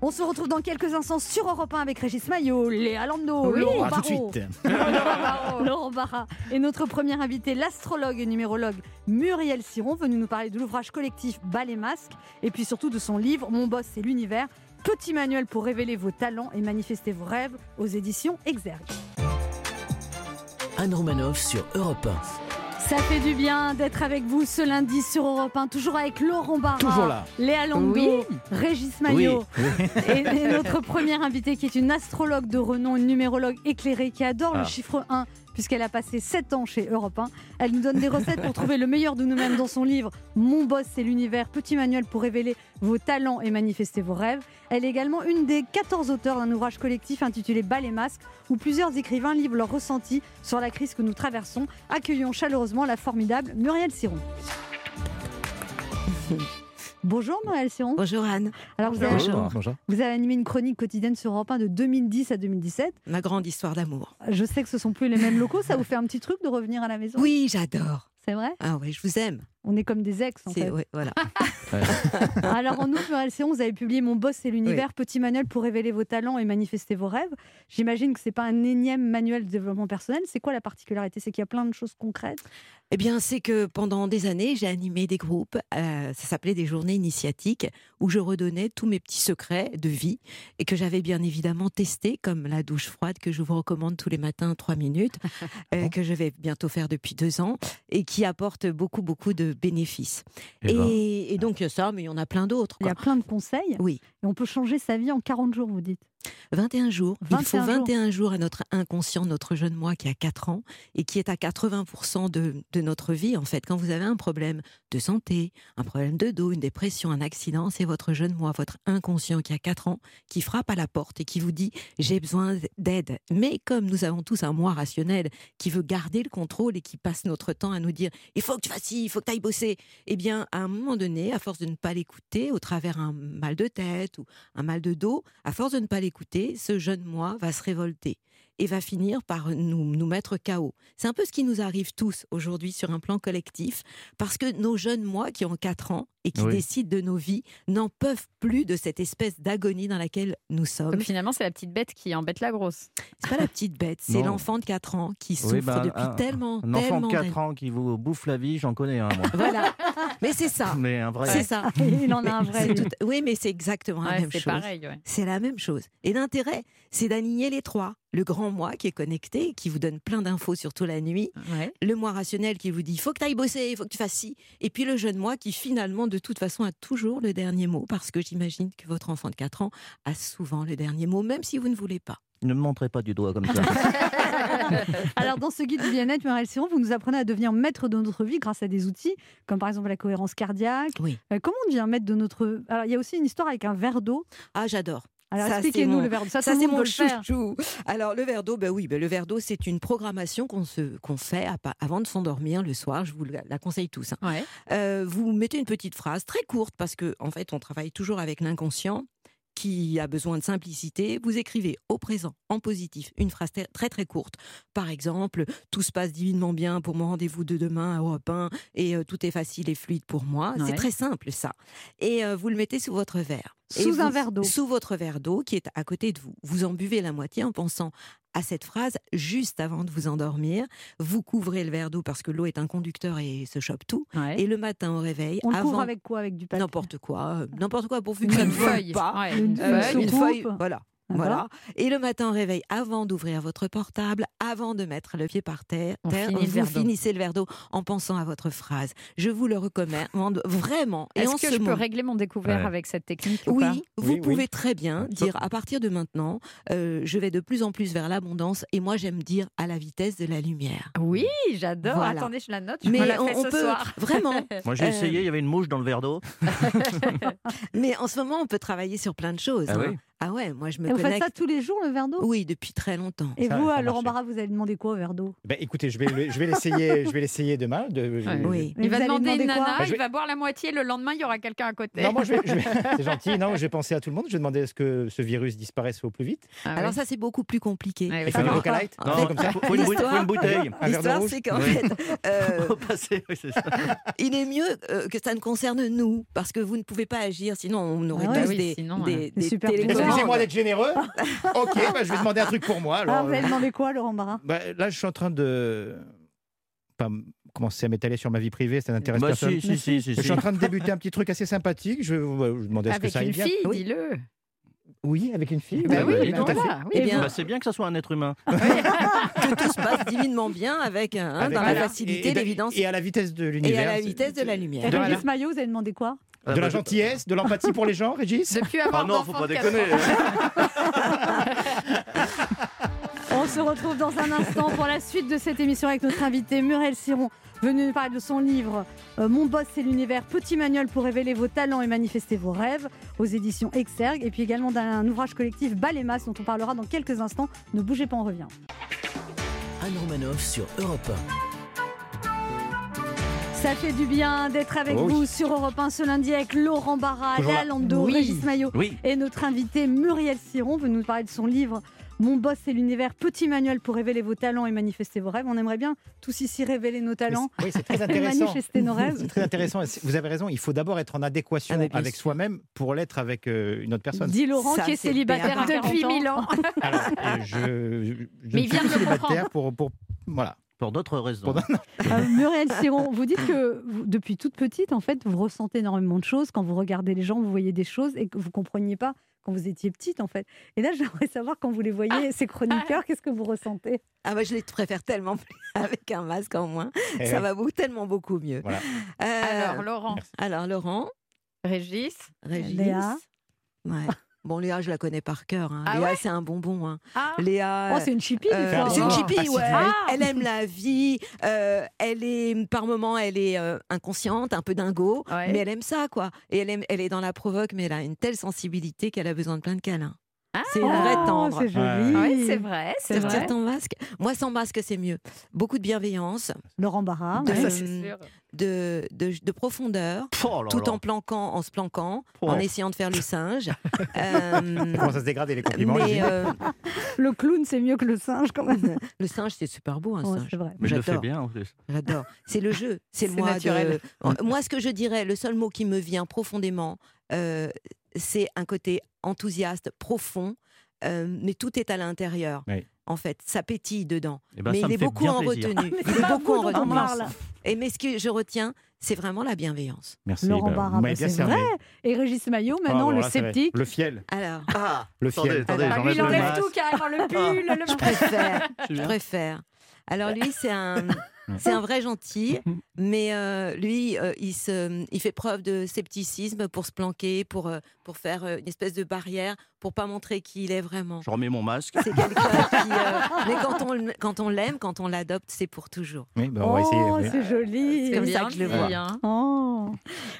Speaker 3: On se retrouve dans quelques instants sur Europe 1 avec Régis Maillot, Léa Lando,
Speaker 5: Oui.
Speaker 3: Laurent
Speaker 4: Ah, tout de
Speaker 3: Barraud.
Speaker 4: suite.
Speaker 5: Laurent Barraud.
Speaker 3: Laurent Barra et notre premier invité, l'astrologue et numérologue Muriel Siron, venu nous parler de l'ouvrage collectif Bas les masques et puis surtout de son livre Mon boss c'est l'univers, petit manuel pour révéler vos talents et manifester vos rêves aux éditions Exergue.
Speaker 2: Anne Romanoff sur Europe 1.
Speaker 3: Ça fait du bien d'être avec vous ce lundi sur Europe 1, toujours avec Laurent Barra,
Speaker 4: Toujours là.
Speaker 3: Léa Landau, Régis Maillot et, et notre première invitée qui est une astrologue de renom, une numérologue éclairée qui adore le
Speaker 6: Ah.
Speaker 3: chiffre 1 puisqu'elle a passé 7 ans chez Europe 1. Elle nous donne des recettes pour trouver le meilleur de nous-mêmes dans son livre Mon boss c'est l'univers, petit manuel pour révéler vos talents et manifester vos rêves. Elle est également une des 14 auteurs d'un ouvrage collectif intitulé Bas les masques où plusieurs écrivains livrent leurs ressentis sur la crise que nous traversons. Accueillons chaleureusement la formidable Muriel Siron. Bonjour Muriel Siron.
Speaker 8: Bonjour Anne,
Speaker 3: Alors vous avez
Speaker 4: Bonjour. Bonjour.
Speaker 3: vous avez animé une chronique quotidienne sur Europe 1 de 2010 à 2017.
Speaker 8: ma grande histoire d'amour.
Speaker 3: Je sais que ce sont plus les mêmes locaux. Ça vous fait un petit truc de revenir à la maison
Speaker 8: Oui, j'adore.
Speaker 3: C'est vrai
Speaker 8: Ah oui, je vous aime.
Speaker 3: On est comme des ex en
Speaker 8: C'est
Speaker 3: fait.
Speaker 8: ouais, voilà.
Speaker 3: Alors en août, Muriel Séon, vous avez publié Mon boss c'est l'univers, petit manuel pour révéler vos talents et manifester vos rêves. J'imagine que c'est pas un énième manuel de développement personnel. C'est quoi la particularité C'est qu'il y a plein de choses concrètes.
Speaker 8: Eh bien, c'est que pendant des années, j'ai animé des groupes. euh, ça s'appelait des journées initiatiques où je redonnais tous mes petits secrets de vie et que j'avais bien évidemment testé, comme la douche froide que je vous recommande tous les matins trois minutes,
Speaker 3: Ah
Speaker 8: euh, que je vais bientôt faire depuis deux ans et qui apporte beaucoup beaucoup de bénéfices.
Speaker 6: Eh
Speaker 8: Et,
Speaker 6: ben.
Speaker 8: et donc il y a ça, mais il y en a plein d'autres.
Speaker 3: Il y
Speaker 8: quoi.
Speaker 3: a plein de conseils.
Speaker 8: Oui.
Speaker 3: Et on peut changer sa vie en 40 jours, vous dites.
Speaker 8: 21 jours. Il faut
Speaker 3: 21 jours.
Speaker 8: 21 jours. à notre inconscient, notre jeune moi qui a 4 ans et qui est à 80% de, de notre vie. En fait, quand vous avez un problème de santé, un problème de dos, une dépression, un accident, c'est votre jeune moi, votre inconscient qui a 4 ans, qui frappe à la porte et qui vous dit j'ai besoin d'aide. Mais comme nous avons tous un moi rationnel qui veut garder le contrôle et qui passe notre temps à nous dire il faut que tu fasses ci, il faut que tu ailles bosser, eh bien, à un moment donné, à force de ne pas l'écouter, au travers un mal de tête ou un mal de dos, à force de ne pas l'écouter, ce jeune moi va se révolter et va finir par nous, nous mettre KO. C'est un peu ce qui nous arrive tous aujourd'hui sur un plan collectif, parce que nos jeunes moi qui ont 4 ans et qui
Speaker 6: Oui.
Speaker 8: décident de nos vies n'en peuvent plus de cette espèce d'agonie dans laquelle nous sommes.
Speaker 5: Comme finalement, c'est la petite bête qui embête la grosse.
Speaker 8: C'est pas la petite bête, c'est
Speaker 6: Non.
Speaker 8: l'enfant de 4 ans qui souffre
Speaker 6: Oui, bah,
Speaker 8: depuis
Speaker 6: un-
Speaker 8: tellement,
Speaker 6: Un enfant
Speaker 8: tellement
Speaker 6: de
Speaker 8: d'années.
Speaker 6: 4 ans qui vous bouffe la vie, j'en connais un, moi.
Speaker 8: Voilà. Mais c'est ça.
Speaker 6: Mais un vrai.
Speaker 8: C'est ça.
Speaker 3: Il en a un vrai.
Speaker 8: C'est tout- Oui, mais c'est exactement la
Speaker 5: Ouais,
Speaker 8: même
Speaker 5: c'est
Speaker 8: chose.
Speaker 5: pareil. ouais.
Speaker 8: C'est la même chose. Et l'intérêt, c'est d'aligner les trois. Le grand moi qui est connecté, qui vous donne plein d'infos, surtout la nuit. Le moi rationnel qui vous dit, il faut que tu ailles bosser, il faut que tu fasses ci. Et puis le jeune moi qui finalement, de toute façon, a toujours le dernier mot, parce que j'imagine que votre enfant de 4 ans a souvent le dernier mot, même si vous ne voulez pas.
Speaker 6: Ne me montrez pas du doigt comme ça.
Speaker 3: Alors, dans ce guide du bien-être, Muriel Siron, vous nous apprenez à devenir maître de notre vie grâce à des outils, comme par exemple la cohérence cardiaque.
Speaker 8: Oui.
Speaker 3: Euh, comment on devient maître de notre. Alors, il y a aussi une histoire avec un verre d'eau.
Speaker 8: Ah, j'adore.
Speaker 3: Alors,
Speaker 8: Ça, c'est
Speaker 3: expliquez-nous
Speaker 8: mon-
Speaker 3: le verre d'eau. Ça,
Speaker 8: Ça,
Speaker 3: tout le
Speaker 8: c'est
Speaker 3: monde
Speaker 8: mon
Speaker 3: peut le faire.
Speaker 8: chouchou. Alors, le verre d'eau, ben oui, ben, le verre d'eau, c'est une programmation qu'on se- qu'on fait à pa- avant de s'endormir le soir. Je vous la la conseille tous. hein.
Speaker 5: Ouais.
Speaker 8: Euh, vous mettez une petite phrase très courte parce que en fait on travaille toujours avec l'inconscient qui a besoin de simplicité. Vous écrivez au présent en positif une phrase très- très très courte. Par exemple, tout se passe divinement bien pour mon rendez-vous de demain à Europe 1 et euh, tout est facile et fluide pour moi.
Speaker 5: Ouais.
Speaker 8: C'est très simple ça. Et euh, vous le mettez sous votre verre. Et
Speaker 3: Sous un
Speaker 8: vous-
Speaker 3: verre d'eau.
Speaker 8: Sous votre verre d'eau qui est à côté de vous. Vous en buvez la moitié en pensant à cette phrase juste avant de vous endormir. Vous couvrez le verre d'eau parce que l'eau est un conducteur et se chope tout.
Speaker 5: Ouais.
Speaker 8: Et le matin au réveil,
Speaker 3: On le
Speaker 8: avant
Speaker 3: couvre avec quoi Avec du papier
Speaker 8: n'importe quoi, euh, n'importe quoi pourvu que ça
Speaker 5: Une
Speaker 8: ne
Speaker 5: feuille.
Speaker 8: vole pas.
Speaker 5: Ouais.
Speaker 3: Une Ah
Speaker 8: Euh,
Speaker 3: feuille.
Speaker 8: une
Speaker 3: Soucoupe.
Speaker 8: feuille, voilà.
Speaker 3: D'accord.
Speaker 8: Voilà. Et le matin au réveil, avant d'ouvrir votre portable, avant de mettre le pied par terre,
Speaker 5: On
Speaker 8: terre,
Speaker 5: finit le
Speaker 8: vous
Speaker 5: verre d'eau.
Speaker 8: finissez le verre d'eau en pensant à votre phrase. Je vous le recommande vraiment. Et
Speaker 5: Est-ce
Speaker 8: en
Speaker 5: que
Speaker 8: ce
Speaker 5: je peux
Speaker 8: moment-
Speaker 5: régler mon découvert
Speaker 6: Ouais.
Speaker 5: avec cette technique ou
Speaker 8: oui,
Speaker 5: pas
Speaker 8: vous
Speaker 6: Oui,
Speaker 8: pouvez
Speaker 6: oui.
Speaker 8: très bien dire à partir de maintenant, euh, je vais de plus en plus vers l'abondance et moi j'aime dire à la vitesse de la lumière.
Speaker 5: Oui, j'adore.
Speaker 8: Voilà.
Speaker 5: Attendez, je la note. Je me
Speaker 8: Mais
Speaker 5: la
Speaker 8: on,
Speaker 5: fais
Speaker 8: on
Speaker 5: ce
Speaker 8: peut
Speaker 5: soir.
Speaker 8: vraiment
Speaker 6: Moi, j'ai
Speaker 8: Euh,
Speaker 6: essayé, il y avait une mouche dans le verre d'eau.
Speaker 8: Mais en ce moment, on peut travailler sur plein de choses.
Speaker 6: Ah
Speaker 8: hein.
Speaker 6: oui
Speaker 8: Ah ouais, moi je me
Speaker 3: Et vous faites
Speaker 8: connecte.
Speaker 3: ça tous les jours, le verre d'eau
Speaker 8: Oui, depuis très longtemps.
Speaker 3: Et
Speaker 4: Ça,
Speaker 3: vous,
Speaker 4: ça
Speaker 3: à Laurent
Speaker 4: marchait.
Speaker 3: Barra, vous allez demander quoi au verre d'eau
Speaker 4: Ben, écoutez, je vais, le- je vais l'essayer, je vais l'essayer demain. de-
Speaker 5: Ouais.
Speaker 8: Oui.
Speaker 3: Mais
Speaker 5: Il va
Speaker 3: vous allez
Speaker 5: demander une
Speaker 3: demander quoi
Speaker 5: nana,
Speaker 4: Bah, je
Speaker 5: il
Speaker 4: vais-
Speaker 5: va boire la moitié, le lendemain, il y aura quelqu'un à côté.
Speaker 4: Non, moi, je vais- je vais- c'est gentil. Non, je vais penser à tout le monde. Je vais demander à ce que ce virus disparaisse au plus vite.
Speaker 5: Ah oui.
Speaker 8: Alors ça, c'est beaucoup plus compliqué.
Speaker 5: Ouais,
Speaker 4: Il
Speaker 5: oui.
Speaker 4: faut
Speaker 3: Ça
Speaker 4: une
Speaker 3: va
Speaker 4: Coca
Speaker 3: pas.
Speaker 4: Light.
Speaker 8: En
Speaker 4: C'est
Speaker 8: fait,
Speaker 4: comme ça.
Speaker 6: faut, faut une, bou- faut une bouteille.
Speaker 4: Un verre de
Speaker 8: L'histoire,
Speaker 4: rouge
Speaker 8: c'est qu'en
Speaker 6: Oui.
Speaker 8: fait, euh,
Speaker 6: Faut passer, oui, c'est ça.
Speaker 8: il est mieux euh, que ça ne concerne nous, parce que vous ne pouvez pas agir, sinon on aurait
Speaker 3: Ah ouais.
Speaker 8: tous
Speaker 5: Oui,
Speaker 8: des,
Speaker 5: sinon,
Speaker 8: des,
Speaker 5: ouais.
Speaker 8: des
Speaker 3: Super
Speaker 8: télécommandes.
Speaker 4: Excusez-moi d'être généreux. Ok, ben, je vais demander un truc pour moi.
Speaker 3: Alors,
Speaker 8: Ah,
Speaker 4: Alors,
Speaker 3: Ah,
Speaker 4: euh.
Speaker 3: vous allez demander quoi, Laurent Barra
Speaker 4: Ben, là, je suis en train de pas m- commencer à m'étaler sur ma vie privée. Ça n'intéresse
Speaker 6: Bah,
Speaker 4: personne.
Speaker 6: si, si, si, si,
Speaker 4: Je suis
Speaker 6: si.
Speaker 4: en train de débuter un petit truc assez sympathique. Je vais vous demander à ce que
Speaker 5: Avec
Speaker 4: ça aille
Speaker 5: une
Speaker 4: bien.
Speaker 5: fille,
Speaker 8: Oui.
Speaker 5: dis-le.
Speaker 4: Oui, avec une
Speaker 9: Eh
Speaker 4: fille.
Speaker 9: ben
Speaker 5: Bah
Speaker 6: bah
Speaker 5: oui,
Speaker 6: oui,
Speaker 5: bah
Speaker 6: tout à
Speaker 5: voilà, oui.
Speaker 8: Eh bien,
Speaker 6: Bah, c'est bien que ça soit un être humain.
Speaker 8: que tout se passe divinement bien avec, hein,
Speaker 4: Avec-
Speaker 8: dans
Speaker 4: voilà.
Speaker 8: la facilité,
Speaker 4: Et- et-
Speaker 8: l'évidence
Speaker 4: Et à la vitesse de
Speaker 8: et,
Speaker 4: l'univers.
Speaker 8: à la
Speaker 4: c'est-
Speaker 8: vitesse de la
Speaker 3: Et
Speaker 8: lumière.
Speaker 4: De la-
Speaker 3: Régis Maillot, vous allez demander quoi
Speaker 6: Ah,
Speaker 4: De la
Speaker 6: bah,
Speaker 4: gentillesse, de l'empathie pour les gens, Régis
Speaker 5: De plus
Speaker 6: Ah
Speaker 5: avoir
Speaker 6: non, faut
Speaker 5: d'enfant
Speaker 6: pas
Speaker 5: de
Speaker 6: déconner. hein.
Speaker 5: quatre ans.
Speaker 3: On se retrouve dans un instant pour la suite de cette émission avec notre invité Muriel Siron, venu nous parler de son livre euh, Mon boss c'est l'univers, petit manuel pour révéler vos talents et manifester vos rêves aux éditions Exergue et puis également d'un ouvrage collectif Balémas dont on parlera dans quelques instants. Ne bougez pas, on revient.
Speaker 2: Anne Romanoff sur Europe
Speaker 3: Ça fait du bien d'être avec
Speaker 4: Oh oui.
Speaker 3: vous sur Europe 1 ce lundi avec Laurent Barra,
Speaker 4: Toujours là.
Speaker 3: Lalando,
Speaker 5: Oui.
Speaker 3: Régis Maillot
Speaker 6: Oui.
Speaker 3: et notre invité Muriel Siron veut nous parler de son livre Mon boss c'est l'univers, petit manuel pour révéler vos talents et manifester vos rêves. On aimerait bien tous ici révéler nos
Speaker 4: Mais
Speaker 3: talents.
Speaker 4: c'est- Oui, c'est très
Speaker 3: et
Speaker 4: intéressant.
Speaker 3: manifester nos rêves.
Speaker 4: C'est très intéressant. et c'est- Vous avez raison, il faut d'abord être en adéquation
Speaker 8: Ah, mais bien
Speaker 4: avec
Speaker 8: sûr.
Speaker 4: soi-même pour l'être avec euh, une autre personne.
Speaker 3: Dit Laurent
Speaker 8: Ça,
Speaker 3: qui est
Speaker 8: c'est
Speaker 3: célibataire à
Speaker 8: bien.
Speaker 3: 40
Speaker 5: Depuis
Speaker 3: ans.
Speaker 5: 1000 ans.
Speaker 4: Alors, euh, je, je, je
Speaker 5: Mais
Speaker 4: ne
Speaker 5: il vient
Speaker 4: suis
Speaker 5: de le
Speaker 4: célibataire pour, pour. Voilà.
Speaker 6: Pour d'autres raisons.
Speaker 4: Pour d'autres-
Speaker 3: Euh, Muriel Siron, vous dites que vous- depuis toute petite, en fait, vous ressentez énormément de choses. Quand vous regardez les gens, vous voyez des choses et que vous ne compreniez pas quand vous étiez petite, en fait. Et là, j'aimerais savoir, quand vous les voyez, ces chroniqueurs, qu'est-ce que vous ressentez
Speaker 8: Ah bah je les préfère tellement plus avec un masque en moins.
Speaker 4: Eh
Speaker 8: ça
Speaker 4: oui.
Speaker 8: va beaucoup, tellement beaucoup mieux.
Speaker 4: Voilà.
Speaker 8: Euh,
Speaker 5: Alors, Laurent,
Speaker 8: alors Laurent,
Speaker 5: Régis,
Speaker 8: Régis,
Speaker 3: Léa.
Speaker 8: ouais. Bon, Léa, je la connais par cœur. hein.
Speaker 5: Ah
Speaker 8: Léa,
Speaker 5: ouais
Speaker 8: c'est un bonbon. hein.
Speaker 5: Ah.
Speaker 8: Léa.
Speaker 10: Oh, c'est une chipie, des
Speaker 8: euh,
Speaker 10: fois.
Speaker 8: c'est une
Speaker 10: Ah.
Speaker 8: chipie,
Speaker 4: si
Speaker 8: ouais.
Speaker 4: vieille.
Speaker 8: Elle aime la vie. euh, elle est, par moments, elle est euh, inconsciente, un peu dingo,
Speaker 5: Ouais.
Speaker 8: mais elle aime ça, quoi. Et elle, aime, elle est dans la provoque, mais elle a une telle sensibilité qu'elle a besoin de plein de câlins.
Speaker 5: Ah.
Speaker 8: c'est une vraie
Speaker 10: Oh,
Speaker 8: tendre.
Speaker 10: C'est joli.
Speaker 5: Oui, c'est vrai, c'est
Speaker 10: C'est
Speaker 5: vrai.
Speaker 8: Sortir ton masque. Moi, sans masque, c'est mieux. Beaucoup de bienveillance,
Speaker 3: Laurent Barra.
Speaker 8: de,
Speaker 5: Ça, c'est sûr.
Speaker 8: de, de- de profondeur,
Speaker 6: Oh là
Speaker 8: tout
Speaker 6: là.
Speaker 8: en planquant, en se planquant,
Speaker 6: Oh.
Speaker 8: en essayant de faire le singe. Euh,
Speaker 4: Ça commence à se dégrader les compliments. ah,
Speaker 8: mais
Speaker 4: Lizzie.
Speaker 8: euh,
Speaker 10: Le clown, c'est mieux que le singe, quand même.
Speaker 8: le singe, c'est super beau, un
Speaker 10: Ouais,
Speaker 8: singe.
Speaker 10: c'est vrai.
Speaker 6: Mais je le
Speaker 8: J'adore.
Speaker 6: fais bien en plus.
Speaker 8: J'adore. C'est le jeu. C'est le
Speaker 5: C'est
Speaker 8: moi.
Speaker 5: naturel.
Speaker 8: de- Moi, ce que je dirais, le seul mot qui me vient profondément, euh, c'est un côté enthousiaste, profond, euh, mais tout est à l'intérieur.
Speaker 4: Oui.
Speaker 8: En fait, ça pétille dedans.
Speaker 6: Eh ben,
Speaker 8: mais
Speaker 6: ça
Speaker 8: il
Speaker 6: me
Speaker 8: est
Speaker 6: fait
Speaker 8: beaucoup
Speaker 6: bien
Speaker 8: en
Speaker 6: plaisir.
Speaker 8: retenue. Il
Speaker 10: C'est
Speaker 8: est
Speaker 10: pas
Speaker 8: beaucoup
Speaker 10: vous
Speaker 8: en
Speaker 10: dont on
Speaker 8: retenue.
Speaker 10: parle.
Speaker 8: Et mais ce que je retiens, c'est vraiment la bienveillance.
Speaker 6: Merci.
Speaker 10: Laurent
Speaker 6: bah,
Speaker 10: Barra,
Speaker 4: vous
Speaker 10: bah,
Speaker 4: m'avez bien
Speaker 10: c'est
Speaker 4: cerné.
Speaker 10: vrai. Et Régis
Speaker 6: Oh,
Speaker 10: Maillot,
Speaker 4: Ah,
Speaker 10: maintenant,
Speaker 4: bon,
Speaker 10: le
Speaker 4: là, ça va.
Speaker 10: sceptique.
Speaker 4: Le fiel.
Speaker 8: Alors,
Speaker 6: Ah,
Speaker 4: Le
Speaker 6: attendez,
Speaker 4: fiel.
Speaker 5: Bah,
Speaker 6: attendez,
Speaker 5: lui,
Speaker 6: j'enlève
Speaker 5: il
Speaker 6: le
Speaker 5: enlève
Speaker 6: masque. Ah.
Speaker 5: tout carrément, le pull, le
Speaker 8: je préfère.
Speaker 6: C'est
Speaker 8: je
Speaker 6: bien.
Speaker 8: préfère. Alors lui, c'est un, c'est un vrai gentil,
Speaker 4: Mm-hmm.
Speaker 8: mais euh, lui, euh, il, se, il fait preuve de scepticisme pour se planquer, pour, euh, pour faire euh, une espèce de barrière, pour pas montrer qui il est vraiment.
Speaker 6: Je remets mon masque.
Speaker 8: C'est quelqu'un qui... euh, mais quand on, le- quand on l'aime, quand on l'adopte, c'est pour toujours.
Speaker 4: Oui, bah, on va essayer.
Speaker 10: Oh,
Speaker 4: oui.
Speaker 10: c'est joli.
Speaker 8: comme ça que je le vois.
Speaker 10: Oh.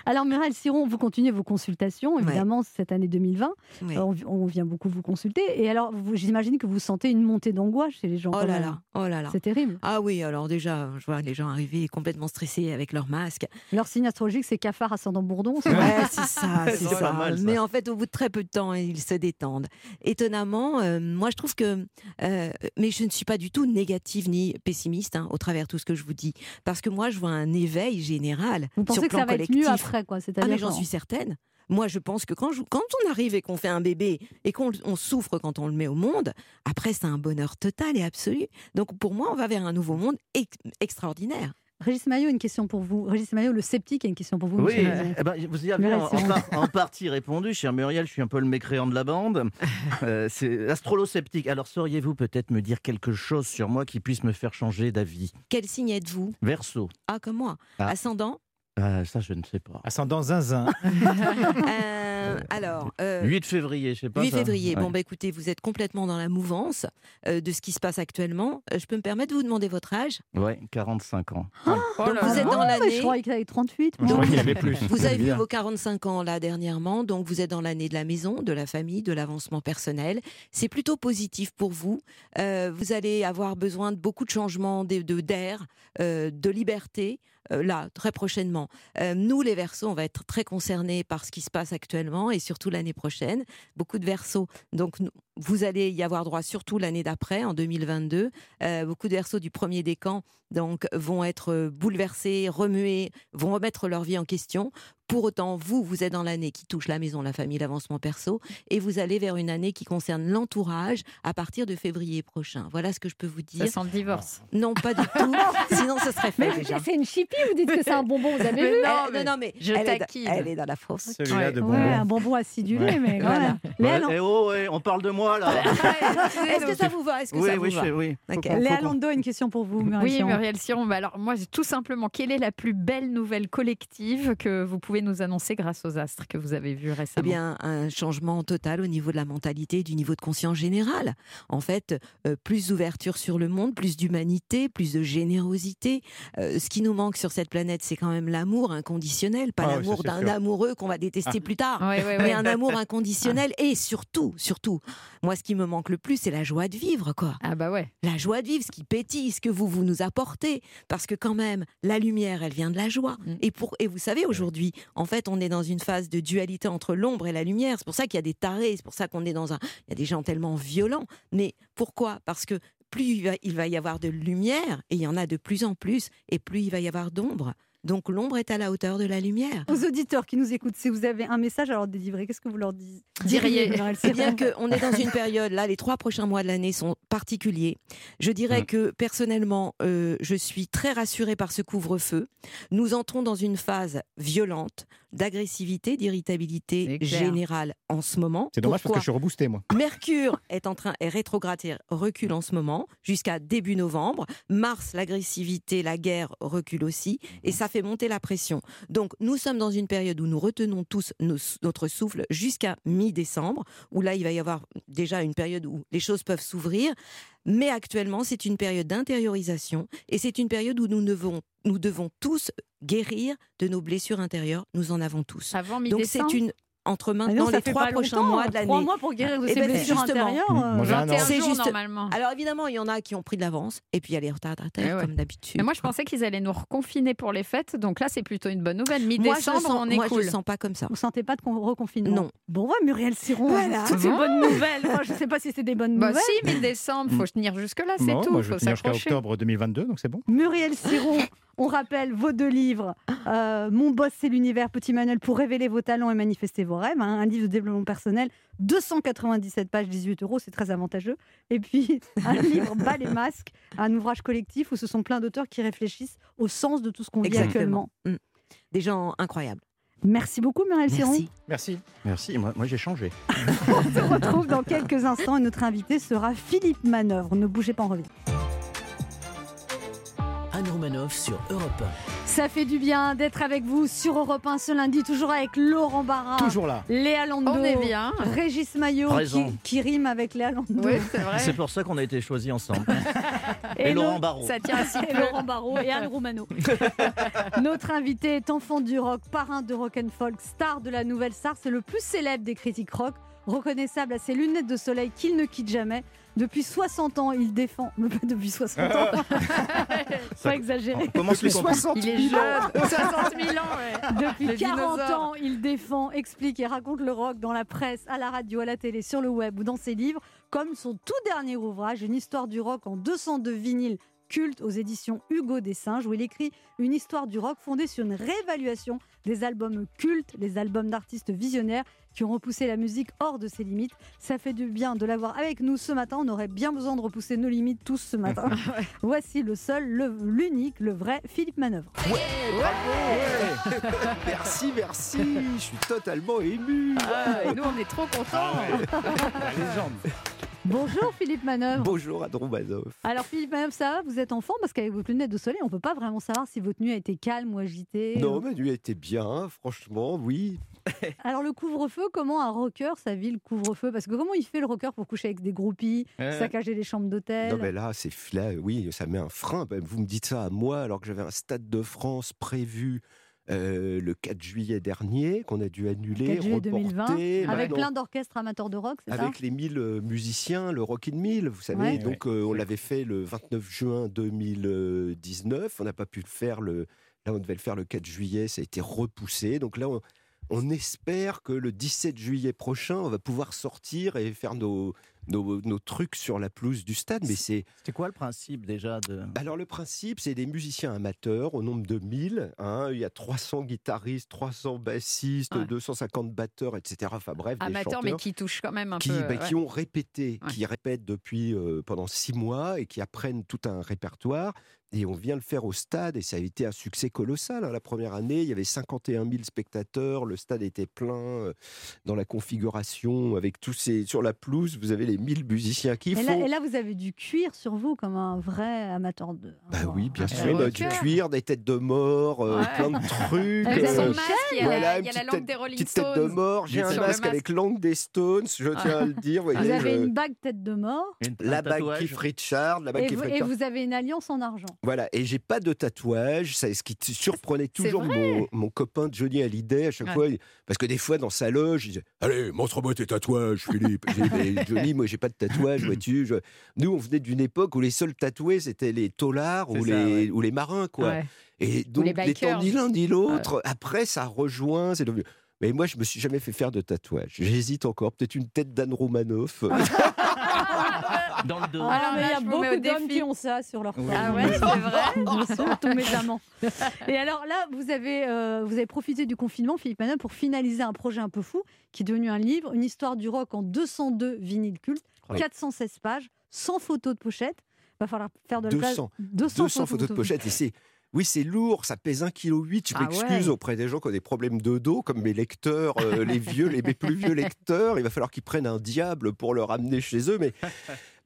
Speaker 10: Alors, Mireille Siron, vous continuez vos consultations, évidemment, cette année 2020.
Speaker 8: Oui.
Speaker 10: Euh, On, on vient beaucoup vous consulter. Et alors, vous- j'imagine que vous sentez une montée d'angoisse chez les gens.
Speaker 8: Oh
Speaker 10: quand
Speaker 8: là
Speaker 10: même.
Speaker 8: là, oh là là.
Speaker 10: C'est terrible.
Speaker 8: Ah oui, alors déjà, je vois les gens arriver complètement stressés avec leur masque.
Speaker 10: Leur signe astrologique, c'est cafard ascendant bourdon. c'est vrai
Speaker 8: Ouais, c'est ça, c'est
Speaker 6: C'est pas
Speaker 8: ça.
Speaker 6: mal, ça.
Speaker 8: Mais en fait, au bout de très peu de temps, ils se détendent. Étonnamment, euh, moi, je trouve que. euh, mais je ne suis pas du tout négative ni pessimiste hein, au travers de tout ce que je vous dis. Parce que moi, je vois un éveil général
Speaker 10: Vous
Speaker 8: sur
Speaker 10: pensez
Speaker 8: le
Speaker 10: que ça
Speaker 8: plan
Speaker 10: va
Speaker 8: collectif.
Speaker 10: être mieux après, quoi
Speaker 8: Ah,
Speaker 10: C'est-à-dire
Speaker 8: mais j'en
Speaker 10: quand-
Speaker 8: suis certaine. Moi, je pense que quand, je- quand on arrive et qu'on fait un bébé et qu'on on souffre quand on le met au monde, après, c'est un bonheur total et absolu. Donc, pour moi, on va vers un nouveau monde ex- extraordinaire.
Speaker 10: Régis Maillot, une question pour vous. Régis Maillot, le sceptique, a une question pour vous.
Speaker 6: Oui,
Speaker 10: monsieur Maillot.
Speaker 6: eh ben, vous y avez
Speaker 10: Muriel
Speaker 6: en, en
Speaker 10: Siron.
Speaker 6: par- en partie répondu, cher Muriel, je suis un peu le mécréant de la bande. Euh, c'est astrolosceptique. Alors, sauriez-vous peut-être me dire quelque chose sur moi qui puisse me faire changer d'avis
Speaker 8: Quel signe êtes-vous
Speaker 6: Verseau.
Speaker 8: Ah, comme moi.
Speaker 6: Ah.
Speaker 8: Ascendant
Speaker 6: Ah, ça, je ne sais pas.
Speaker 4: Ascendant zinzin.
Speaker 8: Euh, Alors. euh,
Speaker 6: 8 février, je sais pas.
Speaker 8: 8
Speaker 6: ça.
Speaker 8: février.
Speaker 6: Ouais.
Speaker 8: Bon, bah écoutez, vous êtes complètement dans la mouvance euh, de ce qui se passe actuellement. Euh, je peux me permettre de vous demander votre âge
Speaker 6: Ouais, 45 ans.
Speaker 5: Oh là
Speaker 8: Vous
Speaker 5: là.
Speaker 8: êtes dans
Speaker 10: Ah, mais je
Speaker 8: l'année.
Speaker 10: croyais que ça avait 38.
Speaker 4: Je
Speaker 10: moi.
Speaker 4: crois qu'il y avait plus.
Speaker 8: Vous avez vu
Speaker 4: Bien.
Speaker 8: vos 45 ans là dernièrement, donc vous êtes dans l'année de la maison, de la famille, de l'avancement personnel. C'est plutôt positif pour vous. Euh, vous allez avoir besoin de beaucoup de changements de- de- d'air, euh, de liberté. euh, là, très prochainement. Euh, nous, les Verseaux, on va être très concernés par ce qui se passe actuellement et surtout l'année prochaine. Beaucoup de Verseaux. Donc, nous- vous allez y avoir droit surtout l'année d'après, en 2022. Euh, beaucoup de Verseaux du premier décan, donc, vont être euh, bouleversés, remués, vont remettre leur vie en question. Pour autant, vous, vous êtes dans l'année qui touche la maison, la famille, l'avancement perso, et vous allez vers une année qui concerne l'entourage à partir de février prochain. Voilà ce que je peux vous
Speaker 5: Ça
Speaker 8: dire.
Speaker 5: sent le divorce.
Speaker 8: Non, pas du tout. Sinon, ce serait fait
Speaker 10: Mais vous-
Speaker 8: déjà.
Speaker 10: c'est une chipie, vous dites que c'est un bonbon, vous avez
Speaker 5: Mais
Speaker 10: vu
Speaker 5: non,
Speaker 8: Elle- non, non, mais
Speaker 5: je
Speaker 8: elle, est
Speaker 5: taquine.
Speaker 8: dans, elle est dans la France.
Speaker 4: Celui-là de
Speaker 10: Ouais,
Speaker 4: bon.
Speaker 10: un bonbon acidulé, mais quand
Speaker 8: Voilà.
Speaker 10: même. Léa, Lan-
Speaker 6: Eh oh, eh, on parle de moi, là.
Speaker 8: Est-ce que ça vous va Est-ce que
Speaker 6: oui,
Speaker 8: ça
Speaker 6: oui,
Speaker 8: vous
Speaker 6: je
Speaker 8: va
Speaker 6: fais, oui.
Speaker 8: Ok.
Speaker 6: Faut qu'on-
Speaker 10: Léa
Speaker 6: faut qu'on-
Speaker 10: Landau, une question pour vous. Muriel
Speaker 5: Oui,
Speaker 10: Siron.
Speaker 5: Muriel Siron. Bah alors, moi, tout simplement, quelle est la plus belle nouvelle collective que vous pouvez nous annoncer grâce aux astres que vous avez vus
Speaker 8: Eh
Speaker 5: récemment
Speaker 8: bien, un changement total au niveau de la mentalité, du niveau de conscience générale. En fait, euh, plus d'ouverture sur le monde, plus d'humanité, plus de générosité. Euh, ce qui nous manque sur cette planète, c'est quand même l'amour inconditionnel, pas
Speaker 4: Ah oui, ça,
Speaker 8: l'amour
Speaker 4: c'est
Speaker 8: d'un
Speaker 4: sûr.
Speaker 8: amoureux qu'on va détester plus tard.
Speaker 5: Ah. Ouais, ouais, Ah.
Speaker 8: Mais
Speaker 5: ouais.
Speaker 8: un amour inconditionnel et surtout, surtout, moi ce qui me manque le plus, c'est la joie de vivre, quoi.
Speaker 5: Ah bah ouais.
Speaker 8: La joie de vivre, ce qui pétille, ce que vous, vous nous apportez. Parce que quand même, la lumière, elle vient de la joie.
Speaker 5: Mm.
Speaker 8: Et, pour, et vous savez, aujourd'hui, en fait, on est dans une phase de dualité entre l'ombre et la lumière. C'est pour ça qu'il y a des tarés, c'est pour ça qu'on est dans un... Il y a des gens tellement violents. Mais pourquoi Parce que plus il va, il va y avoir de lumière, et il y en a de plus en plus, et plus il va y avoir d'ombre. Donc l'ombre est à la hauteur de la lumière.
Speaker 10: Aux auditeurs qui nous écoutent, si vous avez un message à leur délivrer, qu'est-ce que vous leur dites
Speaker 8: Diriez.
Speaker 10: Muriel
Speaker 8: C'est
Speaker 10: Siron.
Speaker 8: bien qu'on est dans une période, là, les trois prochains mois de l'année sont particuliers. Je dirais
Speaker 6: Mm.
Speaker 8: que personnellement, euh, je suis très rassurée par ce couvre-feu. Nous entrons dans une phase violente. d'agressivité, d'irritabilité
Speaker 9: C'est clair.
Speaker 8: générale en ce moment.
Speaker 9: C'est dommage parce
Speaker 8: Pourquoi
Speaker 9: que je suis reboosté, moi.
Speaker 8: Mercure est en train est rétrograde et recule en ce moment jusqu'à début novembre. Mars, l'agressivité, la guerre recule aussi et ça fait monter la pression. Donc nous sommes dans une période où nous retenons tous nos- notre souffle jusqu'à mi-décembre où là il va y avoir déjà une période où les choses peuvent s'ouvrir. Mais actuellement, c'est une période d'intériorisation et c'est une période où nous devons, nous devons tous guérir de nos blessures intérieures. Nous en avons tous.
Speaker 5: Avant
Speaker 8: Donc
Speaker 5: mi-décembre
Speaker 8: c'est une entre
Speaker 5: non,
Speaker 8: maintenant
Speaker 5: ça
Speaker 8: les
Speaker 5: fait
Speaker 8: trois
Speaker 5: pas
Speaker 8: prochains
Speaker 5: longtemps,
Speaker 8: mois de l'année.
Speaker 5: trois mois pour guérir de
Speaker 8: Eh
Speaker 5: ses
Speaker 8: ben,
Speaker 5: blessures
Speaker 8: justement.
Speaker 5: intérieures, euh,
Speaker 9: Moi, j'ai
Speaker 5: 21
Speaker 9: un an.
Speaker 5: jours,
Speaker 8: C'est juste-
Speaker 5: normalement.
Speaker 8: Alors évidemment, il y en a qui ont pris de l'avance et puis il y a les retardataires
Speaker 5: Eh ouais.
Speaker 8: comme d'habitude.
Speaker 5: Mais moi, je pensais qu'ils allaient nous reconfiner pour les fêtes, donc là, c'est plutôt une bonne nouvelle.
Speaker 8: Moi, je le
Speaker 5: Mi-décembre,
Speaker 8: sens,
Speaker 5: on est
Speaker 8: moi, je
Speaker 5: cool.
Speaker 8: le sens pas comme ça.
Speaker 3: Vous sentez pas de con- reconfinement
Speaker 8: Non.
Speaker 3: Bon, ouais, Muriel Siron,
Speaker 8: Voilà.
Speaker 3: c'est une
Speaker 5: Ah.
Speaker 3: bonne nouvelle. Moi, je sais pas si c'est des bonnes
Speaker 5: Bah
Speaker 3: nouvelles.
Speaker 5: si, mi-décembre, faut tenir jusque-là, c'est
Speaker 9: Bon,
Speaker 5: tout.
Speaker 9: moi, je vais
Speaker 5: faut
Speaker 9: tenir jusqu'à
Speaker 5: s'accrocher.
Speaker 9: octobre 2022, donc c'est bon.
Speaker 3: Muriel Siron, on rappelle vos deux livres. euh, Mon boss, c'est l'univers, petit manuel pour révéler vos talents et manifester vos rêves. hein, un livre de développement personnel, 297 pages, 18 euros, c'est très avantageux. Et puis un livre Bas les masques, un ouvrage collectif où ce sont plein d'auteurs qui réfléchissent au sens de tout ce qu'on vit
Speaker 8: Exactement. Mm.
Speaker 3: actuellement.
Speaker 8: Des gens incroyables.
Speaker 3: Merci beaucoup Muriel Siron.
Speaker 8: Merci.
Speaker 9: Merci.
Speaker 6: Merci, moi, moi, j'ai changé.
Speaker 3: On se retrouve dans quelques instants et notre invité sera Philippe Manœuvre. Ne bougez pas en revient.
Speaker 2: Anne Romanoff sur Europe
Speaker 3: Ça fait du bien d'être avec vous sur Europe 1 ce lundi, toujours avec Laurent Barra,
Speaker 9: Toujours là.
Speaker 3: Léa Landau,
Speaker 5: On est bien.
Speaker 3: Régis Maillot qui,
Speaker 6: Présent.
Speaker 3: qui rime avec Léa Landau
Speaker 5: Oui, c'est
Speaker 6: C'est
Speaker 5: vrai.
Speaker 6: pour ça qu'on a été choisis ensemble.
Speaker 3: Et
Speaker 6: Et, Laurent
Speaker 3: le-
Speaker 6: Barraud.
Speaker 5: Ça tient à six
Speaker 3: et
Speaker 5: peu.
Speaker 3: Laurent Barraud et Anne Romano. Notre invité est enfant du rock, parrain de rock and folk, star de la nouvelle star, c'est le plus célèbre des critiques rock, reconnaissable à ses lunettes de soleil qu'il ne quitte jamais. Depuis 60 ans, il défend, mais pas depuis 60 ans, pas exagéré.
Speaker 6: On commence le comprendre.
Speaker 5: Il est jeune. 60 000 ans, ouais.
Speaker 3: Depuis
Speaker 5: Les
Speaker 3: 40
Speaker 5: dinosaures.
Speaker 3: ans, il défend, explique et raconte le rock dans la presse, à la radio, à la télé, sur le web ou dans ses livres, comme son tout dernier ouvrage, Une histoire du rock en 202 vinyles culte aux éditions Hugo des Singes, où il écrit une histoire du rock fondée sur une réévaluation des albums cultes, les albums d'artistes visionnaires qui ont repoussé la musique hors de ses limites. Ça fait du bien de l'avoir avec nous ce matin. On aurait bien besoin de repousser nos limites tous ce matin. Voici le seul, le- l'unique, le vrai Philippe Manœuvre.
Speaker 11: Merci, merci. Je suis totalement ému. Ah,
Speaker 5: Ah, et nous, on est trop contents.
Speaker 9: La légende.
Speaker 3: Bonjour Philippe Manœuvre.
Speaker 11: Bonjour à Dromazov.
Speaker 3: Alors Philippe Madame, ça va Vous êtes en forme parce qu'avec vos lunettes de soleil, on peut pas vraiment savoir si votre nuit a été calme ou agitée.
Speaker 11: Non, ma nuit a été bien, franchement, oui.
Speaker 3: Alors le couvre-feu, comment un rocker ça vit le couvre-feu Parce que comment il fait le rocker pour coucher avec des groupies,
Speaker 9: Eh.
Speaker 3: saccager les chambres d'hôtel
Speaker 11: Non, mais là, c'est là, oui, ça met un frein. Ben, Vous me dites ça à moi alors que j'avais un Stade de France prévu. euh, le 4 juillet dernier, qu'on a dû annuler,
Speaker 3: 4 juillet 2020, Avec
Speaker 11: reporter, maintenant,
Speaker 3: plein d'orchestres amateurs de rock, c'est ça
Speaker 11: bah avec les 1000 euh, musiciens, le Rock in 1000, vous savez.
Speaker 3: Ouais.
Speaker 11: Donc, euh, on l'avait fait le 29 juin 2019. On n'a pas pu le faire. Le... Là, on devait le faire le 4 juillet. Ça a été repoussé. Donc là, on, on espère que le 17 juillet prochain, on va pouvoir sortir et faire nos, nos, nos trucs sur la pelouse du stade. Mais c'est
Speaker 6: C'était quoi le principe déjà de...
Speaker 11: alors le principe, c'est des musiciens amateurs au nombre de 1000. hein. Il y a 300 guitaristes, 300 bassistes,
Speaker 5: Ouais.
Speaker 11: 250 batteurs, etc. Enfin bref, des
Speaker 5: Amateurs,
Speaker 11: chanteurs
Speaker 5: mais qui touchent quand même un
Speaker 11: qui,
Speaker 5: peu. euh,
Speaker 11: bah,
Speaker 5: ouais.
Speaker 11: qui ont répété,
Speaker 5: Ouais.
Speaker 11: qui répètent depuis euh, pendant six mois et qui apprennent tout un répertoire. Et on vient le faire au stade et ça a été un succès colossal. hein. La première année, il y avait 51 000 spectateurs, le stade était plein euh, dans la configuration avec tous ces sur la pelouse. Vous avez les 1000 musiciens qui
Speaker 3: et,
Speaker 11: font.
Speaker 3: là, et là, vous avez du cuir sur vous comme un vrai amateur de.
Speaker 11: Bah oui, bien
Speaker 5: Ah,
Speaker 11: sûr,
Speaker 5: le
Speaker 11: bah, du
Speaker 5: rocker.
Speaker 11: cuir, des têtes de mort, euh,
Speaker 5: Ouais.
Speaker 11: plein de trucs.
Speaker 5: Avec
Speaker 3: Euh,
Speaker 5: son masque, il y a,
Speaker 11: voilà,
Speaker 5: la,
Speaker 11: une
Speaker 5: il y a la
Speaker 11: petite
Speaker 5: langue
Speaker 11: tête-
Speaker 5: des Rolling
Speaker 11: petite tête
Speaker 5: Stones.
Speaker 11: de mort, j'ai
Speaker 5: Sur
Speaker 11: un
Speaker 5: le
Speaker 11: masque,
Speaker 5: masque.
Speaker 11: avec langue des Stones, je tiens à le dire. vous
Speaker 3: Vous
Speaker 11: voyez,
Speaker 3: avez
Speaker 11: je-
Speaker 3: une bague tête de mort
Speaker 6: une- un
Speaker 11: La bague
Speaker 6: tatouage
Speaker 11: Keith Richard, la bague
Speaker 3: et
Speaker 11: Keith
Speaker 3: vous, et
Speaker 11: Richards.
Speaker 3: vous avez une alliance en argent.
Speaker 11: Voilà, et j'ai pas de tatouage, c'est ce qui t- surprenait toujours mon, mon copain Johnny Hallyday à chaque
Speaker 5: Ouais.
Speaker 11: fois, il- parce que des fois dans sa loge, il disait Allez, montre-moi tes tatouages, Philippe. J'ai dit, Mais Johnny, moi j'ai pas de tatouage, vois-tu. je- Nous, on venait d'une époque où les seuls tatoués c'était les taulards ou,
Speaker 6: C'est ça,
Speaker 11: les,
Speaker 6: ouais.
Speaker 11: ou les marins, quoi.
Speaker 5: Ouais.
Speaker 11: Et
Speaker 5: Ou
Speaker 11: donc,
Speaker 5: les
Speaker 11: n'étant
Speaker 5: bikers.
Speaker 11: ni l'un ni l'autre, après ça rejoint, c'est devenu. Mais moi, je me suis jamais fait faire de tatouage. J'hésite encore. Peut-être une tête d'Anne Romanoff.
Speaker 6: Dans le dos.
Speaker 5: Ah,
Speaker 3: Alors, mais il y
Speaker 5: là,
Speaker 3: a
Speaker 5: je vous mets
Speaker 3: beaucoup
Speaker 5: au
Speaker 3: d'hommes
Speaker 5: défi.
Speaker 3: qui ont ça sur leur corps.
Speaker 5: Ah ouais, c'est vrai.
Speaker 3: Bien sûr, tous mes amants. Et alors là, vous avez, euh, vous avez profité du confinement, Philippe Manin, pour finaliser un projet un peu fou qui est devenu un livre, une histoire du rock en 202 vinyles cultes,
Speaker 11: Oui.
Speaker 3: 416 pages, 100 photos de pochettes. Va falloir faire de la place.
Speaker 11: 200.
Speaker 3: 200,
Speaker 11: 200 photos de pochettes. Et c'est Oui, c'est lourd, ça pèse 1,8 kg. Je
Speaker 5: Ah ouais.
Speaker 11: m'excuse auprès des gens qui ont des problèmes de dos, comme mes lecteurs, euh, les vieux, les mes plus vieux lecteurs. Il va falloir qu'ils prennent un diable pour le ramener chez eux. Mais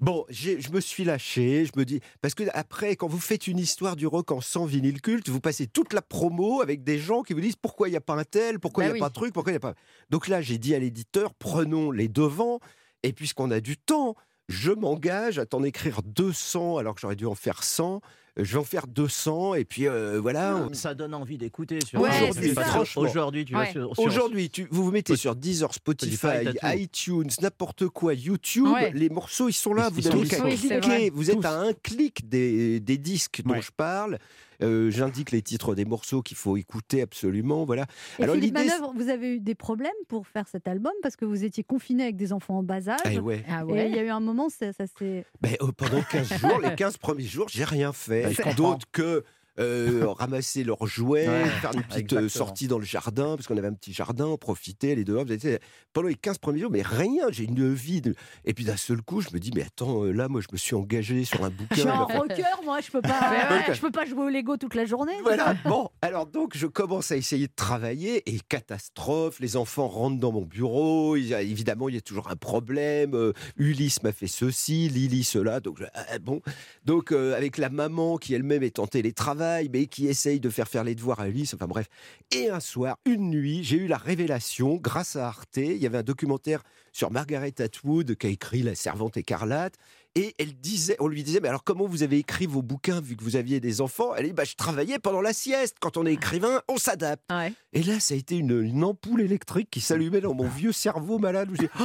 Speaker 11: bon, j'ai- je me suis lâché. Je me dis parce que après, quand vous faites une histoire du rock en 100 vinyle culte, vous passez toute la promo avec des gens qui vous disent pourquoi il n'y a pas un tel, pourquoi il
Speaker 5: Bah
Speaker 11: n'y a
Speaker 5: oui.
Speaker 11: pas un truc, pourquoi il n'y a pas. Donc là, j'ai dit à l'éditeur, prenons les devants. Et puisqu'on a du temps, je m'engage à t'en écrire 200 alors que j'aurais dû en faire 100. Euh, Je vais en faire 200 et puis euh, voilà.
Speaker 5: Ah.
Speaker 6: Non, Ah, oh, Ça donne envie d'écouter. sur-
Speaker 11: Ouais,
Speaker 6: Aujourd'hui,
Speaker 11: c'est
Speaker 6: parce
Speaker 11: ça.
Speaker 6: que
Speaker 11: Franchement.
Speaker 6: aujourd'hui, tu vas
Speaker 11: Ouais.
Speaker 6: sur, sur-
Speaker 11: Aujourd'hui, tu- vous vous mettez sur Deezer, Spotify,
Speaker 6: Spotify, t'as tout.
Speaker 11: iTunes, n'importe quoi, YouTube,
Speaker 6: Ouais.
Speaker 11: les morceaux, ils sont là.
Speaker 6: Ils-
Speaker 11: vous
Speaker 6: ils sont
Speaker 11: n'avez
Speaker 6: tous
Speaker 11: qu'à
Speaker 6: là. Oui, c'est vrai.
Speaker 11: cliquer. Vous êtes à un clic des, des disques dont je parle. Euh, J'indique les titres des morceaux qu'il faut écouter absolument. Voilà.
Speaker 3: Et Philippe
Speaker 11: l'idée,
Speaker 3: Manœuvre, vous avez eu des problèmes pour faire cet album parce que vous étiez confiné avec des enfants en bas âge.
Speaker 11: Ah ouais. Ah
Speaker 3: Et
Speaker 11: ouais.
Speaker 3: il y a eu un moment, ça, ça s'est.
Speaker 11: Ben, euh, pendant 15 jours, les 15 premiers jours, j'ai rien fait.
Speaker 6: Bah, je comprends.
Speaker 11: D'autre que euh, ramasser leurs jouets,
Speaker 6: Ouais,
Speaker 11: faire une petite
Speaker 6: exactement.
Speaker 11: euh, sortie dans le jardin, parce qu'on avait un petit jardin, en profiter, aller dehors. vous savez, Pendant les 15 premiers jours, mais rien, j'ai une vie. de- Et puis d'un seul coup, je me dis, mais attends, euh, là, moi, je me suis engagé sur un
Speaker 3: Je suis
Speaker 11: bouquin.
Speaker 3: un
Speaker 11: alors-
Speaker 3: rocker, moi, je peux pas, je peux pas jouer au Lego toute la journée.
Speaker 11: voilà, bon, alors donc je commence à essayer de travailler et catastrophe, les enfants rentrent dans mon bureau, il y a- évidemment il y a toujours un problème, euh, Ulysse m'a fait ceci, Lily cela, donc je- ah, bon, donc euh, avec la maman qui elle-même est en télétravail mais qui essaye de faire faire les devoirs à Ulysse, enfin bref, et un soir, une nuit, j'ai eu la révélation grâce à Arte, il y avait un documentaire sur Margaret Atwood qui a écrit La servante écarlate. Et elle disait, on lui disait, mais alors comment vous avez écrit vos bouquins vu que vous aviez des enfants Elle dit, bah, je travaillais pendant la sieste. Quand on est écrivain, on s'adapte. Et là, ça a été une, une ampoule électrique qui s'allumait dans mon vieux cerveau malade. Où j'ai, Oh,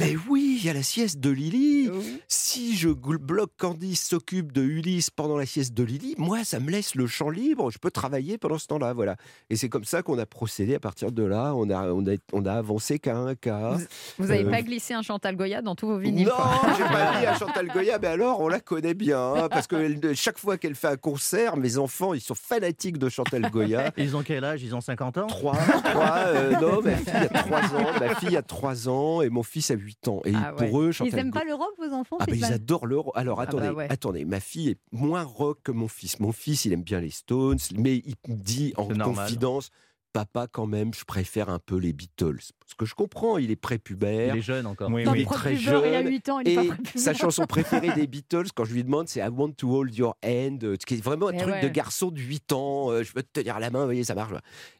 Speaker 11: mais oui, il y a la sieste de Lily. Si je gl- bloque Candice s'occupe de Ulysse pendant la sieste de Lily, moi, ça me laisse le champ libre. Je peux travailler pendant ce temps-là, voilà. Et c'est comme ça qu'on a procédé. À partir de là, on a, on a, on a avancé qu'à un cas.
Speaker 5: Vous n'avez
Speaker 11: Euh,
Speaker 5: pas glissé un Chantal Goya dans tous vos vinyles.
Speaker 11: non,
Speaker 5: quoi.
Speaker 11: j'ai pas dit à Chantal Goya, mais alors on la connaît bien, hein, parce que elle- chaque fois qu'elle fait un concert, mes enfants, ils sont fanatiques de Chantal Goya.
Speaker 6: Ils ont quel âge Ils ont 50 ans Ah,
Speaker 11: 3,
Speaker 3: Ah, euh,
Speaker 11: non, ma fille a 3 ans, ma fille a 3 ans et mon fils a 8 ans. Et
Speaker 3: Ah ouais.
Speaker 11: pour eux, Chantal
Speaker 3: Ils aiment
Speaker 11: Goya-
Speaker 3: pas le rock, vos enfants
Speaker 11: ah bah,
Speaker 3: Philippe
Speaker 11: ils
Speaker 3: Manœuvre
Speaker 11: adorent le rock. Alors
Speaker 3: Ah bah
Speaker 11: attendez,
Speaker 3: ouais.
Speaker 11: attendez, ma fille est moins rock que mon fils. Mon fils, il aime bien les Stones, mais il me dit en
Speaker 6: C'est normal.
Speaker 11: confidence, papa quand même, je préfère un peu les Beatles. Ce que je comprends, il est prépubère.
Speaker 6: Il est jeune encore. Oui,
Speaker 11: il
Speaker 6: oui.
Speaker 11: est très
Speaker 3: Prépubère,
Speaker 11: jeune.
Speaker 3: il a huit ans, il est
Speaker 11: et
Speaker 3: pas prépubère.
Speaker 11: sa chanson préférée des Beatles, quand je lui demande, c'est I Want to Hold Your Hand, euh, ce qui est vraiment un
Speaker 3: Eh
Speaker 6: Mais
Speaker 11: truc
Speaker 6: ouais.
Speaker 11: de garçon de 8 ans. euh, je veux te tenir la main, vous voyez, ça marche.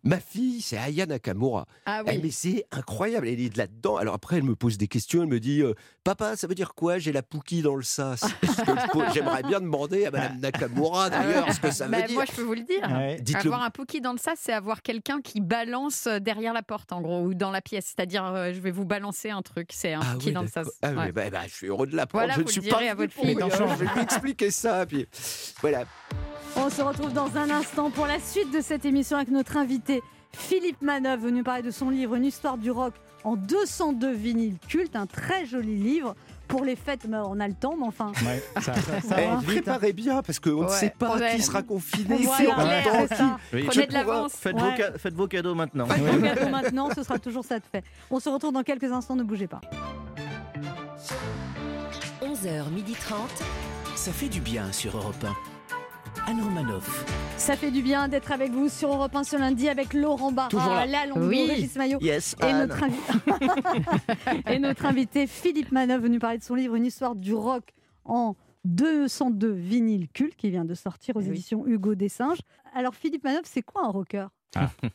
Speaker 11: Ma fille, c'est Aya Nakamura.
Speaker 5: Ah
Speaker 11: Eh,
Speaker 5: oui.
Speaker 11: mais c'est incroyable, elle est là-dedans. Alors après, elle me pose des questions, elle me dit euh, Papa, ça veut dire quoi J'ai la pouquille dans le sas. Ce que je pose- J'aimerais bien demander à Madame Nakamura d'ailleurs ce que ça veut
Speaker 5: Ah Bah,
Speaker 11: dire.
Speaker 5: Moi, je peux vous le dire.
Speaker 11: Ouais. Dites-le.
Speaker 5: Avoir un pouki dans le sas, c'est avoir quelqu'un qui balance euh, derrière la porte, en gros, ou dans la pièce. C'est-à-dire, euh, je vais vous balancer un truc. C'est un
Speaker 11: Ah
Speaker 5: pouki
Speaker 11: oui,
Speaker 5: dans le
Speaker 11: d'accord.
Speaker 5: sas.
Speaker 11: Ah oui,
Speaker 5: Ouais.
Speaker 11: bah, bah, je suis heureux de l'apprendre.
Speaker 5: Voilà,
Speaker 11: je ne
Speaker 5: vous
Speaker 11: suis
Speaker 5: le
Speaker 11: pas
Speaker 5: direz à
Speaker 11: venu
Speaker 5: votre
Speaker 11: pour
Speaker 5: fille.
Speaker 11: rien. Je vais lui expliquer ça. Puis voilà.
Speaker 3: On se retrouve dans un instant pour la suite de cette émission avec notre invité Philippe Manœuvre, venu parler de son livre Une histoire du rock en 202 vinyles cultes, un très joli livre. Pour les fêtes, mais on a le temps, mais enfin.
Speaker 11: ça,
Speaker 3: ça va
Speaker 5: hein.
Speaker 3: vite,
Speaker 11: préparez bien parce qu'on ne
Speaker 3: Ouais.
Speaker 11: sait pas
Speaker 3: Ouais.
Speaker 11: qui sera confiné,
Speaker 3: Voilà,
Speaker 11: qui aura
Speaker 3: clair,
Speaker 11: le
Speaker 3: c'est
Speaker 11: temps,
Speaker 3: ça.
Speaker 11: qui-
Speaker 3: Prenez
Speaker 11: Je
Speaker 3: de
Speaker 11: pourrais-
Speaker 3: l'avance.
Speaker 6: Faites,
Speaker 3: Ouais.
Speaker 6: vos ca- faites vos cadeaux maintenant.
Speaker 3: Vos cadeaux maintenant, ce sera toujours ça de fait. On se retrouve dans quelques instants, ne bougez pas.
Speaker 2: 11h30. Ça fait du bien sur Europe 1. Anne Romanoff.
Speaker 3: Ça fait du bien d'être avec vous sur Europe 1 ce lundi avec Laurent Barra,
Speaker 2: Toujours là.
Speaker 3: la Longo,
Speaker 2: Oui.
Speaker 3: Régis Maillot
Speaker 2: Yes,
Speaker 3: et,
Speaker 2: Anne.
Speaker 3: notre invi- et notre invité Philippe Manœuvre venu parler de son livre Une histoire du rock en 202 vinyles cultes qui vient de sortir aux
Speaker 11: Eh
Speaker 3: éditions Hugo des Singes. Alors Philippe Manœuvre, c'est quoi un rocker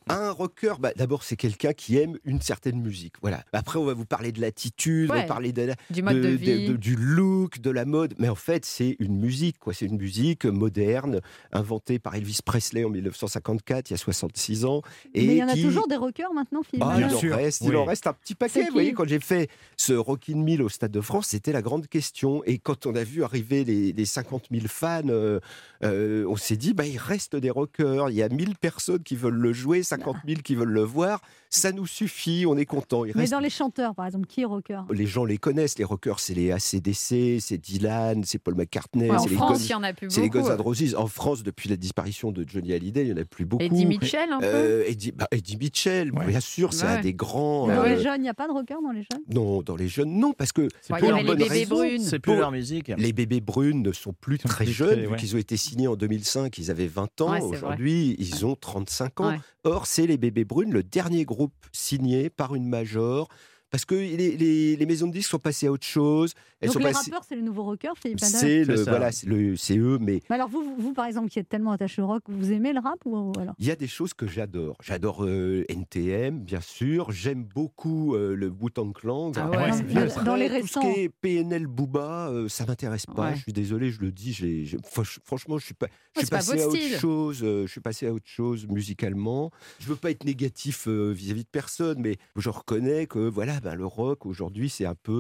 Speaker 11: Un rocker, bah, d'abord, c'est quelqu'un qui aime une certaine musique. Voilà. Après, on va vous parler de l'attitude, on
Speaker 5: Ouais.
Speaker 11: va parler de, la-
Speaker 5: Du mode de vie.
Speaker 11: du look, de la mode. Mais en fait, c'est une musique, quoi. C'est une musique moderne, inventée par Elvis Presley en 1954, il y a 66 ans.
Speaker 3: Mais il y en a
Speaker 11: qui-
Speaker 3: toujours des rockers maintenant Philippe
Speaker 11: Ah,
Speaker 3: Manœuvre
Speaker 11: il, en reste, il en reste un petit
Speaker 3: C'est
Speaker 11: paquet.
Speaker 3: qui
Speaker 11: Vous voyez, quand j'ai fait ce Rockin' Mill au Stade de France, c'était la grande question. Et quand on a vu arriver les, les 50 000 fans, euh, euh, on s'est dit, bah, il reste des rockers. Il y a 1000 personnes qui veulent le le jouer, 50 000 qui veulent le voir. Ça nous suffit, on est content. Il
Speaker 3: Mais
Speaker 11: reste
Speaker 3: dans les chanteurs, par exemple, qui est rocker
Speaker 11: les gens les connaissent, les rockers, c'est les ACDC, c'est Dylan, c'est Paul McCartney,
Speaker 5: Ouais, en
Speaker 11: c'est les
Speaker 5: France,
Speaker 11: Guns-
Speaker 5: il y en a plus
Speaker 11: C'est les
Speaker 5: beaucoup,
Speaker 11: Guns N'
Speaker 5: ouais.
Speaker 11: Roses. En France, depuis la disparition de Johnny Hallyday, il n'y en a plus beaucoup.
Speaker 5: Eddie Mitchell, un peu
Speaker 11: Euh, Eddie, bah, Eddie Mitchell, bien sûr, c'est
Speaker 5: Ouais.
Speaker 11: un des grands.
Speaker 3: Dans
Speaker 11: euh,
Speaker 3: les jeunes, il n'y a pas de rocker dans les jeunes
Speaker 11: non, dans les jeunes, non, parce que
Speaker 6: C'est
Speaker 11: pour
Speaker 6: plus
Speaker 11: la
Speaker 6: leur
Speaker 11: bonne
Speaker 6: musique.
Speaker 11: raison,
Speaker 6: C'est plus
Speaker 11: pour-
Speaker 6: leur musique.
Speaker 11: Les bébés brunes ne sont plus très
Speaker 6: plus
Speaker 11: jeunes,
Speaker 6: très,
Speaker 11: vu
Speaker 6: ouais.
Speaker 11: qu'ils ont été signés en 2005, ils avaient 20 ans.
Speaker 6: Ouais, c'est vrai.
Speaker 11: Aujourd'hui, ils ont 35 ans.
Speaker 6: Ouais.
Speaker 11: Or, c'est les bébés brunes, le dernier groupe signé par une major. Parce que les, les- les maisons de disques sont passées à autre chose. Elles
Speaker 3: Donc
Speaker 11: sont
Speaker 3: les
Speaker 11: passées.
Speaker 3: rappeurs, c'est les nouveaux rockers, Philippe Manœuvre
Speaker 11: C'est le- voilà, c'est le- c'est eux, mais
Speaker 3: Mais alors vous, vous, vous, par exemple, qui êtes tellement attaché au rock, vous aimez le rap ou alors
Speaker 11: Il y a des choses que j'adore. J'adore euh, NTM, bien sûr. J'aime beaucoup euh, le Wu-Tang Clan.
Speaker 3: Ah ouais, Ouais, c'est vieux, ça. Dans les
Speaker 11: Après,
Speaker 3: récents.
Speaker 11: Tout ce qui est PNL Booba, euh, ça m'intéresse pas.
Speaker 3: Ouais.
Speaker 11: Je suis désolé, je le dis. j'ai- j'ai- franch- franchement, je suis, pas, je
Speaker 5: Ouais,
Speaker 11: suis
Speaker 5: c'est pas
Speaker 11: passé
Speaker 5: votre
Speaker 11: à autre
Speaker 5: style.
Speaker 11: chose. euh, je suis passé à autre chose musicalement. Je veux pas être négatif euh, vis-à-vis de personne, mais je reconnais que voilà, ben, le rock aujourd'hui, c'est un peu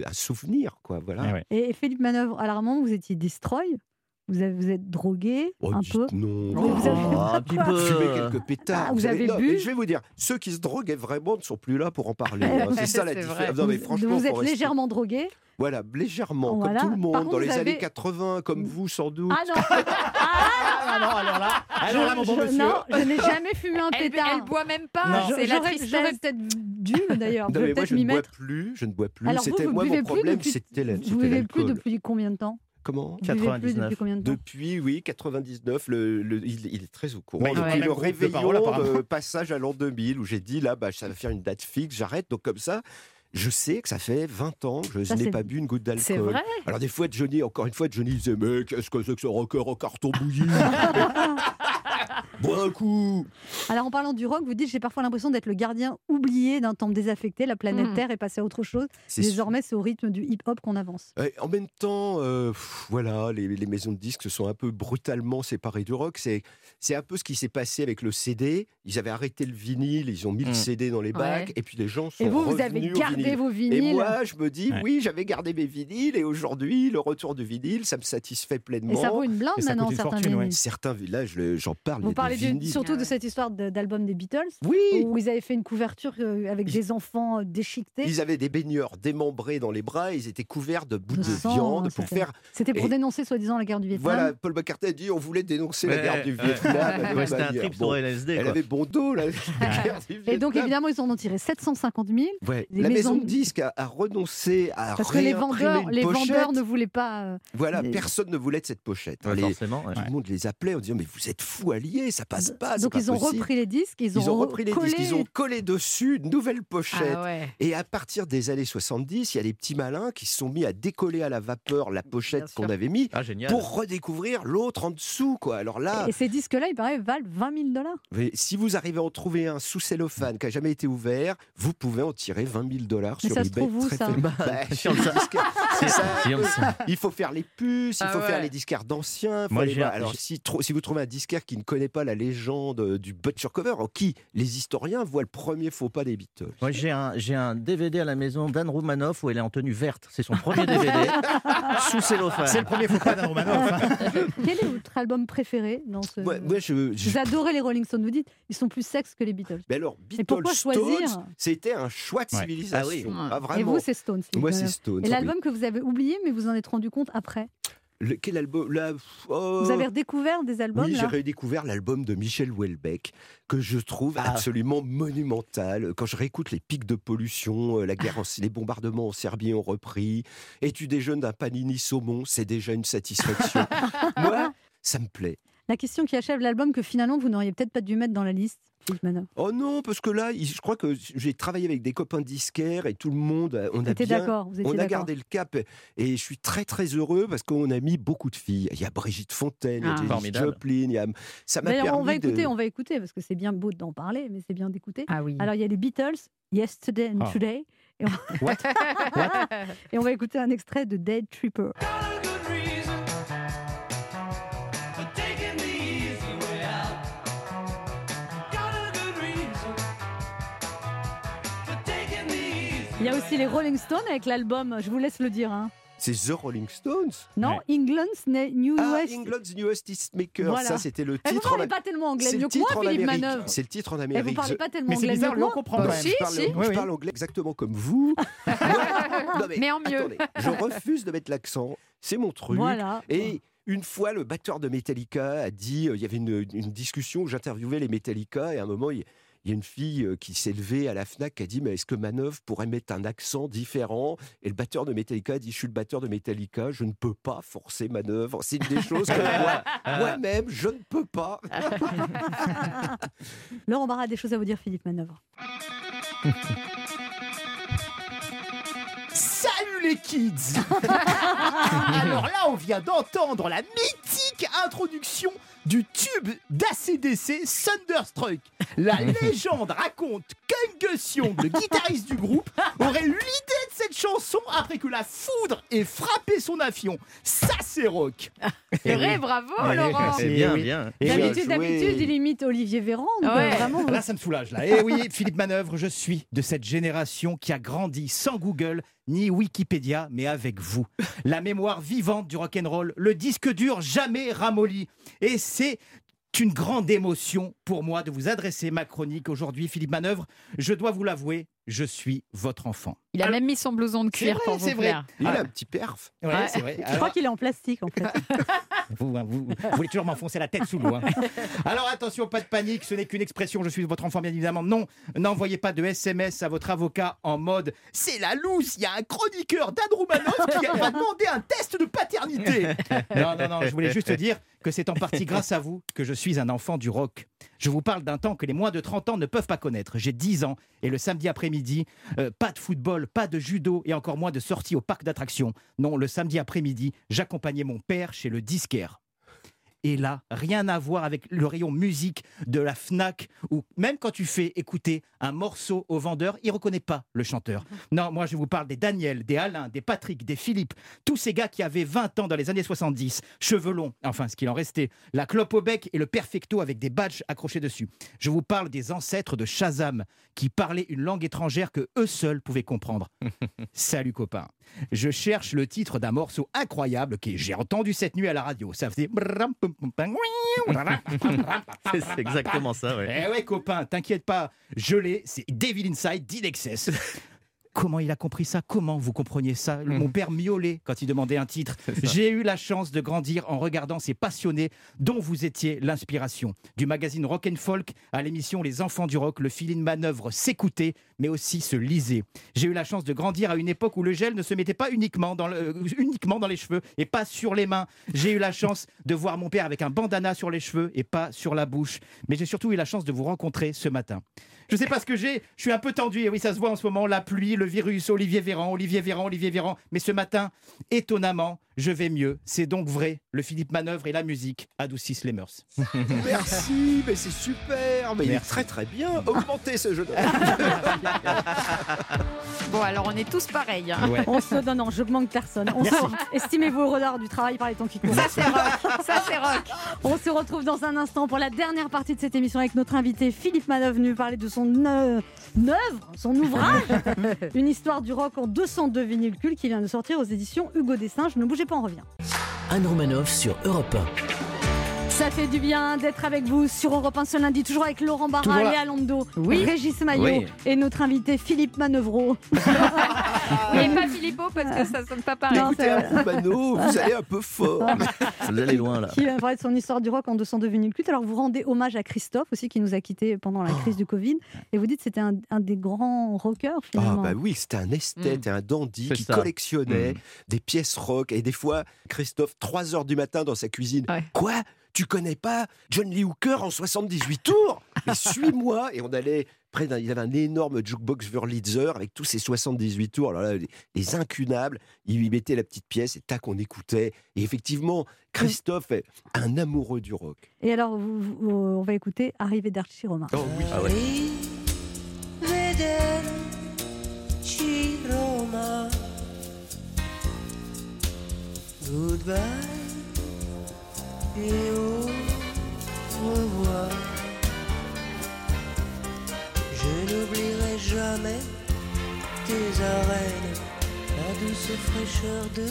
Speaker 11: euh, un souvenir, quoi. Voilà.
Speaker 3: et, et Philippe Manœuvre, à la moment, vous étiez destroy, vous, avez- vous êtes drogué
Speaker 11: Oh,
Speaker 3: un
Speaker 11: dites
Speaker 3: peu.
Speaker 11: Non,
Speaker 3: Oui, vous avez-
Speaker 11: Oh,
Speaker 3: un petit peu.
Speaker 11: Fumer quelques pétards.
Speaker 3: Ah, vous avez
Speaker 11: non,
Speaker 3: bu
Speaker 11: mais Je vais vous dire, ceux qui se droguent vraiment ne sont plus là pour en parler. hein. C'est ça la
Speaker 3: C'est
Speaker 11: différence.
Speaker 3: vrai.
Speaker 11: Non, mais
Speaker 3: Vous-
Speaker 11: franchement,
Speaker 3: vous
Speaker 11: faut
Speaker 3: êtes
Speaker 11: rester-
Speaker 3: légèrement drogué.
Speaker 11: Voilà, légèrement,
Speaker 3: Voilà.
Speaker 11: comme tout le monde,
Speaker 3: Par contre,
Speaker 11: dans les
Speaker 3: vous avez-
Speaker 11: années 80, comme vous sans doute.
Speaker 3: Ah non Ah non, alors là,
Speaker 11: alors là, mon bon monsieur.
Speaker 3: Non, je n'ai jamais fumé un
Speaker 5: Elle,
Speaker 3: pétard.
Speaker 5: elle boit même pas,
Speaker 3: Je-
Speaker 5: c'est la
Speaker 3: j'aurais- J'aurais
Speaker 5: tristesse.
Speaker 3: peut-être dû d'ailleurs,
Speaker 11: Non,
Speaker 3: je vais
Speaker 11: mais moi,
Speaker 3: peut-être
Speaker 11: je
Speaker 3: m'y
Speaker 11: ne bois
Speaker 3: mettre.
Speaker 11: plus, je ne bois plus.
Speaker 3: Alors vous,
Speaker 11: C'était
Speaker 3: vous
Speaker 11: moi
Speaker 3: buvez
Speaker 11: mon
Speaker 3: plus
Speaker 11: problème,
Speaker 3: depuis-
Speaker 11: c'était la-
Speaker 3: Vous
Speaker 11: c'était
Speaker 3: buvez plus
Speaker 11: l'alcool.
Speaker 3: depuis combien de temps
Speaker 11: Comment
Speaker 3: Vous buvez plus depuis combien de temps
Speaker 11: Depuis, oui, 99, le, le- il, il est très au courant.
Speaker 9: Mais il est
Speaker 11: Depuis
Speaker 9: dans le même
Speaker 11: le
Speaker 9: groupe de
Speaker 11: réveillon,
Speaker 9: paroles, apparemment.
Speaker 11: euh, passage à l'an 2000, où j'ai dit, là, bah, ça va faire une date fixe, j'arrête. Donc comme ça, je sais que ça fait 20 ans que je
Speaker 5: Ça, c'est-
Speaker 11: n'ai pas bu une goutte d'alcool.
Speaker 5: C'est vrai
Speaker 11: Alors des fois, Johnny, encore une fois, Johnny disait, mais qu'est-ce que c'est que ce rocker en carton bouilli Bois un coup
Speaker 3: Alors en parlant du rock, vous dites j'ai parfois l'impression d'être le gardien oublié d'un temple désaffecté, la planète
Speaker 5: Mhm.
Speaker 3: Terre est passée à autre chose.
Speaker 11: C'est sûr.
Speaker 3: Désormais, c'est au rythme du hip-hop qu'on avance.
Speaker 11: Ouais, en même temps, euh, pff, voilà, les, les maisons de disques se sont un peu brutalement séparées du rock. C'est, c'est un peu ce qui s'est passé avec le CD. Ils avaient arrêté le vinyle, ils ont mis
Speaker 6: Mm.
Speaker 11: le CD dans les bacs,
Speaker 5: Ouais.
Speaker 11: et puis les gens sont
Speaker 3: Et vous, vous avez
Speaker 11: revenus au
Speaker 3: gardé
Speaker 11: vinyle.
Speaker 3: vos
Speaker 11: Et
Speaker 3: vinyles.
Speaker 11: moi, je me dis,
Speaker 12: Ouais.
Speaker 11: oui, j'avais gardé mes vinyles, et aujourd'hui, le retour du vinyle, ça me satisfait pleinement.
Speaker 3: Et ça vaut une blinde
Speaker 12: Et ça coûte
Speaker 3: maintenant,
Speaker 12: une
Speaker 3: certains
Speaker 12: fortune, ouais.
Speaker 3: vinyles.
Speaker 11: Certains villages, le- j'en parle. il y
Speaker 3: Vous
Speaker 11: a des
Speaker 3: parlez du-
Speaker 11: vinyles.
Speaker 3: surtout
Speaker 5: Ah
Speaker 3: de
Speaker 5: ouais.
Speaker 3: cette histoire de- d'album des Beatles,
Speaker 11: Oui,
Speaker 3: où ils avaient fait une couverture euh, avec
Speaker 11: Ils-
Speaker 3: des enfants euh, déchiquetés.
Speaker 11: ils avaient des baigneurs démembrés dans les bras, et ils étaient couverts de bouts
Speaker 3: De
Speaker 11: de,
Speaker 3: sang,
Speaker 11: viande pour
Speaker 3: c'était-
Speaker 11: faire
Speaker 3: C'était pour
Speaker 11: Et-
Speaker 3: dénoncer soi-disant la guerre du Vietnam.
Speaker 11: Voilà, Paul McCartney a dit on voulait dénoncer la
Speaker 6: Ouais,
Speaker 11: guerre du
Speaker 6: ouais.
Speaker 11: Vietnam. avec
Speaker 6: Ouais, C'était un
Speaker 11: Bavière.
Speaker 6: trip
Speaker 11: Bon,
Speaker 6: sur LSD.
Speaker 11: elle
Speaker 6: quoi.
Speaker 11: avait bon dos, la la guerre du Vietnam.
Speaker 3: Et donc évidemment, ils en ont tiré 750 000
Speaker 11: Ouais,
Speaker 3: les
Speaker 11: la maison
Speaker 3: maisons-
Speaker 11: de disques a, a renoncé à
Speaker 3: parce que les
Speaker 11: réimprimer
Speaker 3: vendeurs,
Speaker 11: une
Speaker 3: les
Speaker 11: pochette.
Speaker 3: vendeurs ne voulaient pas. euh,
Speaker 11: Voilà,
Speaker 3: les-
Speaker 11: personne ne voulait de cette pochette. hein.
Speaker 6: Ouais,
Speaker 11: Les-
Speaker 6: Forcément. ouais.
Speaker 11: Tout le monde les appelait en disant mais vous êtes fous alliés, ça passe pas. c'est
Speaker 3: donc
Speaker 11: pas
Speaker 3: ils ont
Speaker 11: possible.
Speaker 3: repris les disques, ils
Speaker 11: Ils
Speaker 3: ont,
Speaker 11: ont, repris les
Speaker 3: recollé-
Speaker 11: disques, ils ont collé dessus une nouvelle pochette.
Speaker 5: Ah ouais.
Speaker 11: Et à partir des années 70, il y a les petits malins qui se sont mis à décoller à la vapeur la pochette
Speaker 5: sûr.
Speaker 11: qu'on avait mis
Speaker 6: Ah, génial.
Speaker 11: pour redécouvrir l'autre en dessous. quoi. Alors là,
Speaker 3: Et ces disques-là, il paraît, valent 20 000 dollars.
Speaker 11: Mais si vous arrivez à en trouver un sous cellophane qui n'a jamais été ouvert, vous pouvez en tirer 20 000 dollars
Speaker 3: Mais
Speaker 11: sur
Speaker 3: ça se
Speaker 11: eBay.
Speaker 3: trouve où,
Speaker 11: très
Speaker 3: ça
Speaker 11: facilement.
Speaker 6: Bah,
Speaker 11: Bah,
Speaker 6: sur le-
Speaker 11: chez les disquaires.
Speaker 6: C'est ça.
Speaker 11: Il faut faire les puces, il
Speaker 5: Ah
Speaker 11: faut faire
Speaker 5: ouais.
Speaker 11: les disquaires d'anciens. faut
Speaker 6: Moi,
Speaker 11: aller
Speaker 6: j'ai
Speaker 11: voir.
Speaker 6: un-
Speaker 11: Alors
Speaker 6: j'ai-
Speaker 11: si, tro- si vous trouvez un disquaire qui ne connaît pas la légende euh, du Butcher Cover, en qui les historiens voient le premier faux pas des Beatles.
Speaker 3: Euh,
Speaker 6: Moi, j'ai un, j'ai un DVD à la maison d'Anne Roumanoff où elle est en tenue verte. C'est son premier DVD sous cellophane.
Speaker 9: C'est le premier faux pas d'un Romanov. hein.
Speaker 3: Quel est votre album préféré dans ce
Speaker 11: Moi, moi, je- je-
Speaker 3: Vous adorez les Rolling Stones, vous dites, ils sont plus sexes que les Beatles.
Speaker 11: Mais alors, Beatles,
Speaker 3: pourquoi choisir
Speaker 11: Stones, c'était un choix de
Speaker 9: Ouais.
Speaker 11: civilisation.
Speaker 5: Ah oui.
Speaker 11: Ah,
Speaker 3: Et
Speaker 11: vraiment.
Speaker 3: vous, c'est Stones. Philippe
Speaker 11: Moi, c'est
Speaker 3: Manœuvre.
Speaker 11: Stones.
Speaker 3: Et
Speaker 11: oui.
Speaker 3: l'album que vous avez oublié, mais vous en êtes rendu compte après.
Speaker 11: Le- Quel album Là, pff, oh.
Speaker 3: Vous avez redécouvert des albums
Speaker 11: Oui, j'ai
Speaker 3: là
Speaker 11: redécouvert l'album de Michel Houellebecq, que je trouve
Speaker 3: Ah.
Speaker 11: absolument monumental. Quand je réécoute les pics de pollution, euh, la guerre en- les bombardements en Serbie ont repris, et tu déjeunes d'un panini saumon, c'est déjà une satisfaction. Moi, ça me plaît.
Speaker 3: La question qui achève l'album que finalement vous n'auriez peut-être pas dû mettre dans la liste. Philippe Manœuvre.
Speaker 11: Oh non, parce que là, il- je crois que j'ai travaillé avec des copains disquaires et tout le monde, euh, on
Speaker 3: Vous
Speaker 11: a
Speaker 3: étiez
Speaker 11: bien-
Speaker 3: d'accord, vous étiez
Speaker 11: On a
Speaker 3: d'accord.
Speaker 11: gardé le cap et je suis très très heureux parce qu'on a mis beaucoup de filles. Il y a Brigitte Fontaine,
Speaker 5: Ah.
Speaker 11: il y a Janis
Speaker 6: Formidable.
Speaker 11: Joplin, il y a... ça m'a
Speaker 3: D'ailleurs, on va
Speaker 11: permis de-
Speaker 3: écouter, on va écouter, parce que c'est bien beau d'en parler, mais c'est bien d'écouter.
Speaker 5: Ah oui.
Speaker 3: Alors, il y a les Beatles, Yesterday and
Speaker 9: Ah.
Speaker 3: Today. Et on...
Speaker 9: What
Speaker 3: Et on va écouter un extrait de Dead Tripper. Il y a aussi les Rolling Stones avec l'album, je vous laisse le dire, hein,
Speaker 11: C'est The Rolling Stones.
Speaker 3: Non, England's Ne- New
Speaker 11: Ah,
Speaker 3: West.
Speaker 11: England's Newest Histmaker,
Speaker 3: Voilà.
Speaker 11: ça c'était le
Speaker 3: Eh, vous
Speaker 11: titre. en
Speaker 3: parlez
Speaker 11: Am-
Speaker 3: pas tellement anglais
Speaker 11: C'est le
Speaker 3: mieux que
Speaker 11: titre
Speaker 3: moi,
Speaker 11: en
Speaker 3: Philippe
Speaker 11: Amérique.
Speaker 3: Manœuvre. Eh,
Speaker 11: C'est le titre en
Speaker 3: vous
Speaker 11: Amérique.
Speaker 3: parlez
Speaker 11: The-
Speaker 3: pas tellement Mais c'est anglais bizarre, que lui, on moi. comprend
Speaker 11: Non,
Speaker 3: pas.
Speaker 11: je
Speaker 3: Si,
Speaker 11: parle,
Speaker 3: si.
Speaker 11: je
Speaker 3: Oui, oui.
Speaker 11: parle anglais exactement comme vous. Non,
Speaker 5: Mais en mieux.
Speaker 11: attendez, je refuse de mettre l'accent. C'est mon truc.
Speaker 3: Voilà.
Speaker 11: Et une fois, le batteur de Metallica a dit, euh, il y avait une, une discussion où j'interviewais les Metallica et à un moment, il il y a une fille euh, qui s'est levée à la FNAC qui a dit, mais est-ce que Manœuvre pourrait mettre un accent différent Et le batteur de Metallica a dit, je suis le batteur de Metallica, je ne peux pas forcer Manœuvre. C'est une des choses que moi- moi-même, je ne peux pas.
Speaker 3: Laurent Barra a des choses à vous dire, Philippe Manœuvre.
Speaker 9: Salut les kids Alors là, on vient d'entendre la mythique introduction du tube d'ACDC Thunderstruck. La légende raconte qu'Angus Young, le guitariste du groupe, aurait eu l'idée de cette chanson après que la foudre ait frappé son avion. Ça, c'est rock
Speaker 5: C'est vrai, bravo
Speaker 9: Allez,
Speaker 5: Laurent.
Speaker 9: merci.
Speaker 2: bien,
Speaker 9: oui.
Speaker 2: bien.
Speaker 9: Oh, Et oui.
Speaker 3: D'habitude,
Speaker 9: Bien joué.
Speaker 3: d'habitude, il imite Olivier Véran.
Speaker 5: Ah ouais.
Speaker 3: euh, Vraiment,
Speaker 9: Là, ça me soulage. Là. Et oui, Philippe Manœuvre, je suis de cette génération qui a grandi sans Google ni Wikipédia, mais avec vous. La mémoire vivante du rock'n'roll, le disque dur jamais ramolli. Et c'est une grande émotion pour moi de vous adresser ma chronique aujourd'hui, Philippe Manœuvre. Je dois vous l'avouer, je suis votre enfant.
Speaker 5: Il
Speaker 11: Ah,
Speaker 5: a même mis son blouson de cuir
Speaker 9: vrai,
Speaker 5: pour vous
Speaker 9: c'est vrai.
Speaker 5: plaire.
Speaker 11: Il
Speaker 9: Ah.
Speaker 11: a un petit perf.
Speaker 9: Ouais,
Speaker 5: Ouais.
Speaker 9: c'est vrai. Ah
Speaker 3: je
Speaker 9: Alors,
Speaker 3: crois qu'il est en plastique, en fait.
Speaker 9: vous, hein, vous- vous voulez toujours m'enfoncer la tête sous l'eau. hein. Alors attention, pas de panique, ce n'est qu'une expression, je suis votre enfant bien évidemment. Non, n'envoyez pas de SMS à votre avocat en mode « C'est la loose, il y a un chroniqueur d'Androumanov qui va demander un test de paternité !» Non, non, non, je voulais juste dire que c'est en partie grâce à vous que je suis un enfant du rock. Je vous parle d'un temps que les moins de 30 ans ne peuvent pas connaître. J'ai 10 ans et le samedi après-midi, euh, pas de football, pas de judo et encore moins de sortie au parc d'attractions. Non, le samedi après-midi, j'accompagnais mon père chez le disquaire. Et là, rien à voir avec le rayon musique de la FNAC, où même quand tu fais écouter un morceau au vendeur, il ne reconnaît pas le chanteur. Non, moi je vous parle des Daniel, des Alain, des Patrick, des Philippe, tous ces gars qui avaient 20 ans dans les années 70, cheveux longs, enfin ce qu'il en restait, la clope au bec et le perfecto avec des badges accrochés dessus. Je vous parle des ancêtres de Shazam, qui parlaient une langue étrangère que eux seuls pouvaient comprendre. Salut copain. Je cherche le titre d'un morceau incroyable que j'ai entendu cette nuit à la radio. Ça faisait...
Speaker 2: C'est c'est exactement ça, ouais.
Speaker 9: Eh ouais, copain, t'inquiète pas, je l'ai, c'est Devil Inside d'Inexcess. Comment il a compris ça Comment vous compreniez ça Le- Mon père miaulait quand il demandait un titre. J'ai eu la chance de grandir en regardant ces passionnés dont vous étiez l'inspiration. Du magazine Rock and Folk à l'émission Les Enfants du Rock, le filine manœuvre s'écoutait, mais aussi se lisait. J'ai eu la chance de grandir à une époque où le gel ne se mettait pas uniquement dans, le- euh, uniquement dans les cheveux et pas sur les mains. J'ai eu la chance de voir mon père avec un bandana sur les cheveux et pas sur la bouche. Mais j'ai surtout eu la chance de vous rencontrer ce matin. Je sais pas ce que j'ai, je suis un peu tendu. Et oui, ça se voit en ce moment, la pluie, le virus, Olivier Véran, Olivier Véran, Olivier Véran. Mais ce matin, étonnamment, je vais mieux. C'est donc vrai, le Philippe Manœuvre et la musique adoucissent les mœurs.
Speaker 11: Merci, mais c'est super. Mais il est
Speaker 9: Merci.
Speaker 11: très très bien. Augmentez ce jeu. de-
Speaker 2: Ah,
Speaker 5: Bon, alors on est tous pareils. hein.
Speaker 3: On se donne, non, je manque personne. On se- Estimez-vous au retard du travail par les temps qui courent.
Speaker 5: Ça c'est rock, ça c'est rock.
Speaker 3: On se retrouve dans un instant pour la dernière partie de cette émission avec notre invité Philippe Manœuvre, venu parler de son euh, œuvre, son ouvrage, Une histoire du rock en 202 vinyles cultes qui vient de sortir aux éditions Hugo des Singes. Ne bougez pas, on revient.
Speaker 10: Anne Romanoff sur Europe 1.
Speaker 3: Ça fait du bien d'être avec vous sur Europe 1 ce lundi, toujours avec Laurent
Speaker 9: Toujours
Speaker 3: Barra,
Speaker 9: là.
Speaker 3: Léa Londo, Régis Maillot
Speaker 2: Oui.
Speaker 3: et notre invité Philippe Manœuvreau.
Speaker 5: Mais pas Philippot parce que ça sonne pas pareil.
Speaker 3: Non,
Speaker 11: Écoutez, un coup, Mano, vous allez un peu fort.
Speaker 2: Vous allez loin, là.
Speaker 3: qui va parler de son histoire du rock en 202 vinyles cultes. Alors vous rendez hommage à Christophe aussi qui nous a quittés pendant la crise du Covid et vous dites que c'était un, un des grands rockers
Speaker 11: Ah
Speaker 3: finalement.
Speaker 11: bah oui, c'était un esthète et un dandy
Speaker 2: Mm. C'est
Speaker 11: qui
Speaker 2: ça.
Speaker 11: collectionnait
Speaker 2: Mm.
Speaker 11: des pièces rock et des fois Christophe 3 heures du matin dans sa cuisine.
Speaker 5: Ouais.
Speaker 11: Quoi Tu connais pas John Lee Hooker en 78 tours Mais suis-moi et on allait près d'un il avait un énorme jukebox Wurlitzer avec tous ses 78 tours. Alors là les, les incunables, il lui mettait la petite pièce et tac on écoutait et effectivement Christophe est un amoureux du rock.
Speaker 3: Et alors vous- vous- euh, on va écouter Arrivée d'Archie Romain.
Speaker 11: Oh oui.
Speaker 2: Ah ouais.
Speaker 10: Je n'oublierai jamais tes arènes
Speaker 13: douce fraîcheur de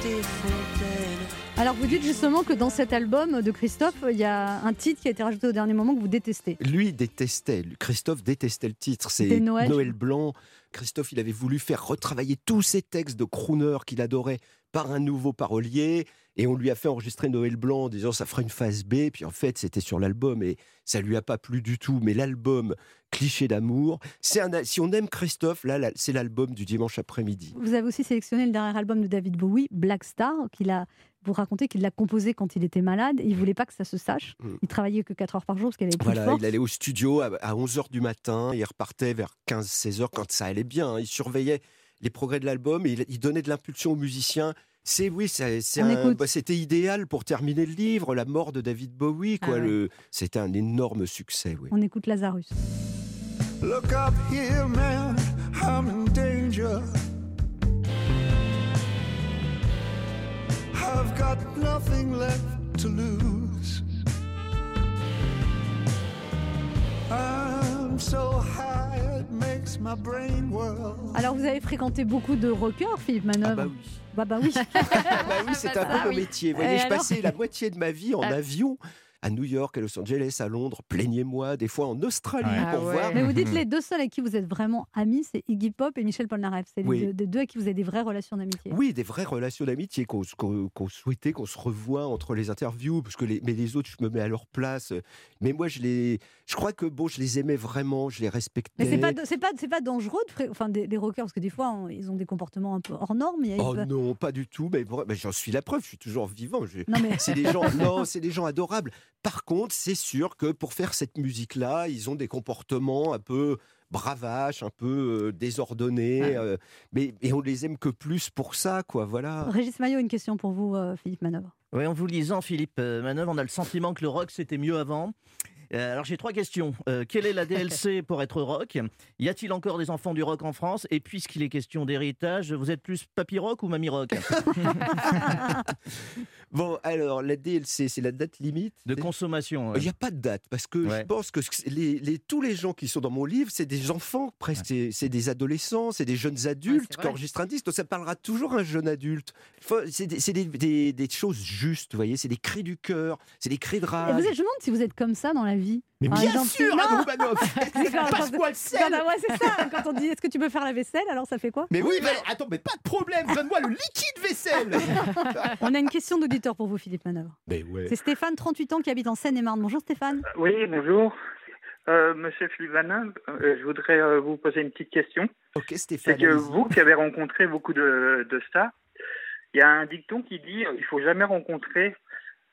Speaker 13: tes fontaines.
Speaker 3: Alors vous dites justement que dans cet album de Christophe, il y a un titre qui a été rajouté au dernier moment que vous détestez.
Speaker 11: Lui détestait, lui- Christophe détestait le titre. C'est
Speaker 3: C'était Noël.
Speaker 11: Noël. Blanc. Christophe, il avait voulu faire retravailler tous ses textes de crooner qu'il adorait par un nouveau parolier. Et on lui a fait enregistrer Noël Blanc en disant ça fera une phase B. Puis en fait, c'était sur l'album et ça lui a pas plu du tout. Mais l'album, cliché d'amour, c'est un, al- si on aime Christophe, là, là, c'est l'album du dimanche après-midi.
Speaker 3: Vous avez aussi sélectionné le dernier album de David Bowie, Black Star, qu'il a. Vous racontez qu'il l'a composé quand il était malade. Et il voulait pas que ça se sache.
Speaker 11: Mm.
Speaker 3: Il travaillait que 4 heures par jour parce qu'il avait plus de
Speaker 11: Voilà,
Speaker 3: force.
Speaker 11: il allait au studio à, 11h du matin et il repartait vers 15-16 heures quand ça allait bien. hein. Il surveillait les progrès de l'album et il, il donnait de l'impulsion aux musiciens. C'est oui, c'est- c'est
Speaker 3: On
Speaker 11: un-
Speaker 3: écoute.
Speaker 11: bah, c'était idéal pour terminer le livre, la mort de David Bowie.
Speaker 3: Ah
Speaker 11: quoi.
Speaker 3: ouais.
Speaker 11: le- C'était un énorme succès. Oui.
Speaker 3: On écoute Lazarus.
Speaker 13: Look up here, man, I'm in danger. I've got nothing left to lose. I'm so high, it makes my brain whirl.
Speaker 3: Alors vous avez fréquenté beaucoup de rockers, Philippe Manœuvre.
Speaker 11: Ah bah oui.
Speaker 3: Bah bah oui.
Speaker 11: Ah bah oui, c'est un peu mon métier. Vous
Speaker 3: Et
Speaker 11: voyez, je
Speaker 3: alors
Speaker 11: passais la moitié de ma vie en
Speaker 10: Ah.
Speaker 11: avion à New York, à Los Angeles, à Londres, plaignez-moi, des fois en Australie
Speaker 10: Ouais.
Speaker 11: pour
Speaker 10: Ah ouais.
Speaker 11: voir.
Speaker 3: Mais vous dites les deux seuls avec qui vous êtes vraiment amis, c'est Iggy Pop et Michel Polnareff. C'est
Speaker 11: Oui.
Speaker 3: les deux, des deux avec qui vous avez des vraies relations d'amitié.
Speaker 11: Oui, des vraies relations d'amitié qu'on se- qu'on- qu'on souhaitait, qu'on se revoie entre les interviews, parce que les, mais les autres, je me mets à leur place. Mais moi, je les, je crois que bon, je les aimais vraiment, je les respectais.
Speaker 3: Mais c'est pas, c'est pas, c'est pas dangereux de fré- enfin, des, des rockers, parce que des fois, on- ils ont des comportements un peu hors normes. il y a-
Speaker 11: Oh non, pas du tout, mais, vra- mais j'en suis la preuve, je suis toujours vivant. je-
Speaker 3: Non, mais-
Speaker 11: C'est des gens, non, c'est des gens adorables. Par contre, c'est sûr que pour faire cette musique-là, ils ont des comportements un peu bravaches, un peu euh, désordonnés, euh, mais et on les aime que plus pour ça, quoi. Voilà.
Speaker 3: euh, Régis Maillot, une question pour vous, euh, Philippe Manœuvre.
Speaker 6: Ouais, en vous lisant, Philippe euh, Manœuvre, on a le sentiment que le rock, c'était mieux avant. Euh, alors j'ai trois questions. Euh, quelle est la DLC pour être rock Y a-t-il encore des enfants du rock en France Et puisqu'il est question d'héritage, vous êtes plus papy rock ou mamie rock
Speaker 11: Bon, alors la DLC, c'est la date limite.
Speaker 6: De
Speaker 11: c'est-
Speaker 6: consommation. ouais.
Speaker 11: Il n'y a pas de date, parce que
Speaker 6: Ouais.
Speaker 11: je pense que c- les, les- tous les gens qui sont dans mon livre, c'est des enfants, presque, c'est- c'est des adolescents, c'est des jeunes adultes
Speaker 10: c'est vrai.
Speaker 11: qui enregistrent un disque, donc ça parlera toujours à un jeune adulte. Faut- C'est des, c'est des- des- des choses justes, vous voyez, c'est des cris du cœur, c'est des cris de
Speaker 9: Ah.
Speaker 3: Et vous
Speaker 11: rage.
Speaker 3: êtes, je me demande si vous êtes comme ça dans la vie.
Speaker 11: Mais
Speaker 3: Par
Speaker 11: bien
Speaker 3: exemple, si-
Speaker 11: sûr,
Speaker 3: Non,
Speaker 11: Anne Roumanoff
Speaker 3: D'accord,
Speaker 11: Passe-moi le sel
Speaker 3: quand- bah ouais, c'est ça. Quand on dit est-ce que tu peux faire la vaisselle, alors ça fait quoi
Speaker 9: Mais oui, mais attends, mais pas de problème, donne-moi le liquide vaisselle
Speaker 3: On a une question d'auditeur pour vous, Philippe Manœuvre.
Speaker 11: Mais ouais.
Speaker 3: C'est Stéphane, 38 ans, qui habite en Seine-et-Marne. Bonjour Stéphane.
Speaker 1: Oui, bonjour. Euh, Monsieur Philippe Vanin, euh, je voudrais euh, vous poser une petite question.
Speaker 11: Ok, Stéphane.
Speaker 1: C'est que
Speaker 11: allez-y.
Speaker 1: vous qui avez rencontré beaucoup de, de stars, il y a un dicton qui dit euh, il faut jamais rencontrer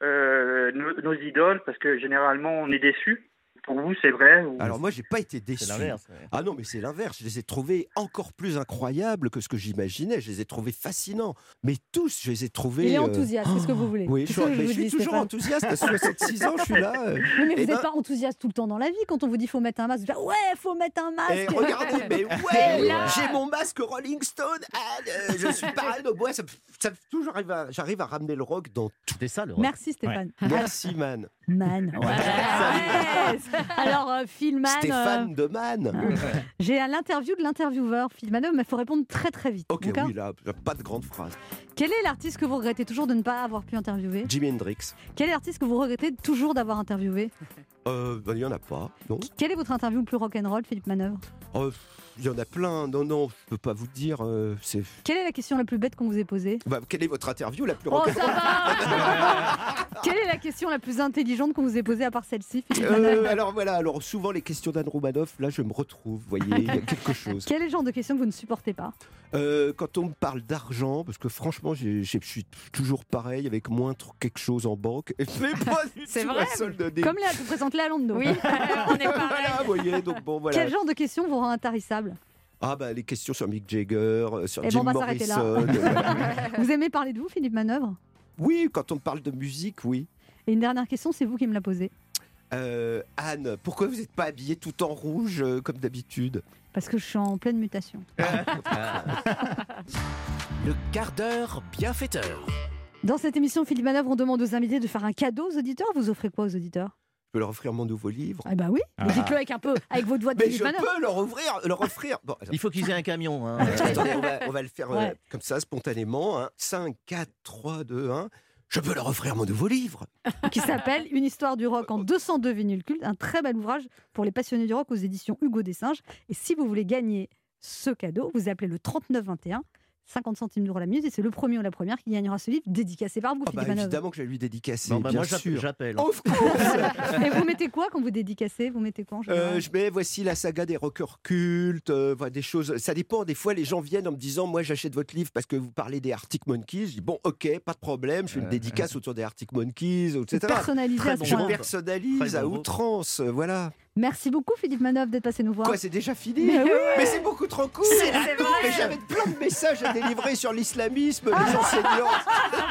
Speaker 1: euh, nos, nos idoles parce que généralement on est déçu. Pour vous, c'est vrai ou-
Speaker 11: Alors moi, j'ai pas été
Speaker 6: C'est
Speaker 11: déçu.
Speaker 6: l'inverse. ouais.
Speaker 11: Ah non, mais c'est l'inverse. Je les ai trouvés encore plus incroyables que ce que j'imaginais. Je les ai trouvés fascinants. Mais tous, je les ai trouvés.
Speaker 3: Il est
Speaker 11: euh,
Speaker 3: enthousiaste, c'est ce que vous voulez.
Speaker 11: Oui,
Speaker 3: C'est
Speaker 11: je,
Speaker 3: ce que
Speaker 11: mais je
Speaker 3: vous
Speaker 11: suis
Speaker 3: dis,
Speaker 11: toujours
Speaker 3: Stéphane.
Speaker 11: enthousiaste. À 66 ans, je suis là. euh,
Speaker 3: Oui, mais vous
Speaker 11: Eh
Speaker 3: n'êtes
Speaker 11: ben-
Speaker 3: pas enthousiaste tout le temps dans la vie. Quand on vous dit faut mettre un masque, vous dites ouais, faut mettre un masque.
Speaker 11: Eh, regardez, mais
Speaker 10: Et
Speaker 11: ouais,
Speaker 10: là-
Speaker 11: j'ai mon masque Rolling Stone, ah, euh, je suis pareil, donc ouais, ça, ça- toujours j'arrive à- j'arrive à ramener le rock dans tout.
Speaker 6: C'était ça le rock.
Speaker 3: Merci Stéphane.
Speaker 11: Merci Man,
Speaker 3: Man. Yes. Alors, euh, Ah. Phil Man, euh,
Speaker 11: Stéphane de Man.
Speaker 3: j'ai à l'interview de l'intervieweur, Phil Manœuvre, mais il faut répondre très très vite.
Speaker 11: Ok,
Speaker 3: d'accord
Speaker 11: oui, là, pas de grande phrase.
Speaker 3: Quel est l'artiste que vous regrettez toujours de ne pas avoir pu interviewer
Speaker 11: Jimi Hendrix,
Speaker 3: Quel est l'artiste que vous regrettez toujours d'avoir interviewé
Speaker 11: Euh, ben, il n'y en a pas, non
Speaker 3: Quelle est votre interview le plus rock'n'roll, Philippe Manœuvre
Speaker 11: Euh, Il y en a plein, non, non, je peux pas vous dire. euh, c'est-
Speaker 3: Quelle est la question la plus bête qu'on vous ait posée
Speaker 11: Bah, quelle est votre interview la plus
Speaker 3: Oh,
Speaker 11: rock
Speaker 3: ça va Quelle est la question la plus intelligente qu'on vous ait posée à part celle-ci, Philippe Manœuvre
Speaker 11: Euh, Alors voilà, alors souvent les questions d'Anne Roumanoff, là je me retrouve, vous voyez, il y a quelque chose.
Speaker 3: Quel est le genre de question que vous ne supportez pas
Speaker 11: Euh, quand on me parle d'argent, parce que franchement, j'ai- j'ai- je suis toujours pareil avec moins tr- quelque chose en banque. Et c'est pas du
Speaker 10: C'est
Speaker 11: tout
Speaker 10: vrai,
Speaker 11: un solde des-
Speaker 3: Comme là, vous présentez à Londres. donc.
Speaker 10: Oui, euh, on est pareil.
Speaker 11: Voilà, vous voyez, donc bon, voilà.
Speaker 3: Quel genre de question vous rend intarissable
Speaker 11: Ah bah les questions sur Mick Jagger, euh, sur
Speaker 3: Eh ben,
Speaker 11: Jim
Speaker 3: on va s'arrêter là.
Speaker 11: Morrison. euh, voilà.
Speaker 3: Vous aimez parler de vous, Philippe Manœuvre
Speaker 11: oui, quand on parle de musique, oui.
Speaker 3: Et une dernière question, c'est vous qui me la posez.
Speaker 11: Euh, Anne, pourquoi vous n'êtes pas habillée tout en rouge euh, comme d'habitude
Speaker 3: Parce que je suis en pleine mutation.
Speaker 6: Ah.
Speaker 14: Le quart d'heure bienfaiteur.
Speaker 3: Dans cette émission, Philippe Manœuvre, on demande aux invités de faire un cadeau aux auditeurs. Vous offrez quoi aux auditeurs
Speaker 11: Je peux leur offrir mon nouveau livre
Speaker 3: Ah bah oui,
Speaker 11: Ah.
Speaker 3: mais dites-le avec un peu, avec votre voix de
Speaker 11: Mais
Speaker 3: Philippe
Speaker 11: je
Speaker 3: Manœuvre.
Speaker 11: peux leur ouvrir, leur offrir. Bon,
Speaker 6: Il faut qu'ils aient un camion. hein.
Speaker 11: Attendez, on va, on va le faire euh,
Speaker 6: Ouais.
Speaker 11: comme ça, spontanément. hein. 5, 4, 3, 2, 1. Je peux leur offrir mon nouveau livre.
Speaker 3: qui s'appelle Une histoire du rock en
Speaker 11: Oh.
Speaker 3: 202 vinyles cultes, un très bel ouvrage pour les passionnés du rock aux éditions Hugo des Singes. Et si vous voulez gagner ce cadeau, vous appelez le 3921, 50 centimes d'euros la minute, et c'est le premier ou la première qui gagnera ce livre dédicacé par vous,
Speaker 11: Ah bah,
Speaker 3: Philippe Manœuvre.
Speaker 11: évidemment que je vais lui dédicacer.
Speaker 6: Non, bah,
Speaker 11: bien
Speaker 6: moi, j'app-
Speaker 11: sûr.
Speaker 6: j'appelle.
Speaker 11: Of course.
Speaker 3: Et vous mettez quoi quand vous dédicacez Vous mettez quoi en général
Speaker 11: Euh, je mets, voici la saga des rockers cultes, euh, voilà, des choses. Ça dépend. Des fois, les gens viennent en me disant, moi, j'achète votre livre parce que vous parlez des Arctic Monkeys. Je dis, bon, ok, pas de problème.
Speaker 3: Euh,
Speaker 11: Je fais une dédicace autour des Arctic Monkeys, etc.
Speaker 3: personnalisez à ce
Speaker 11: Je
Speaker 3: point.
Speaker 11: personnalise
Speaker 3: Très
Speaker 11: à
Speaker 3: bon mot.
Speaker 11: outrance. euh, Voilà.
Speaker 3: Merci beaucoup Philippe Manœuvre d'être passé nous voir.
Speaker 11: Quoi, c'est déjà fini
Speaker 3: Mais oui.
Speaker 11: Mais c'est beaucoup trop court.
Speaker 3: C'est- c'est vrai.
Speaker 11: Mais j'avais plein de messages à délivrer sur l'islamisme, les enseignants.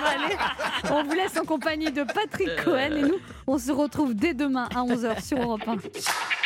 Speaker 3: Allez, Ah. on vous laisse en compagnie de Patrick Cohen et nous, on se retrouve dès demain à 11h sur Europe 1.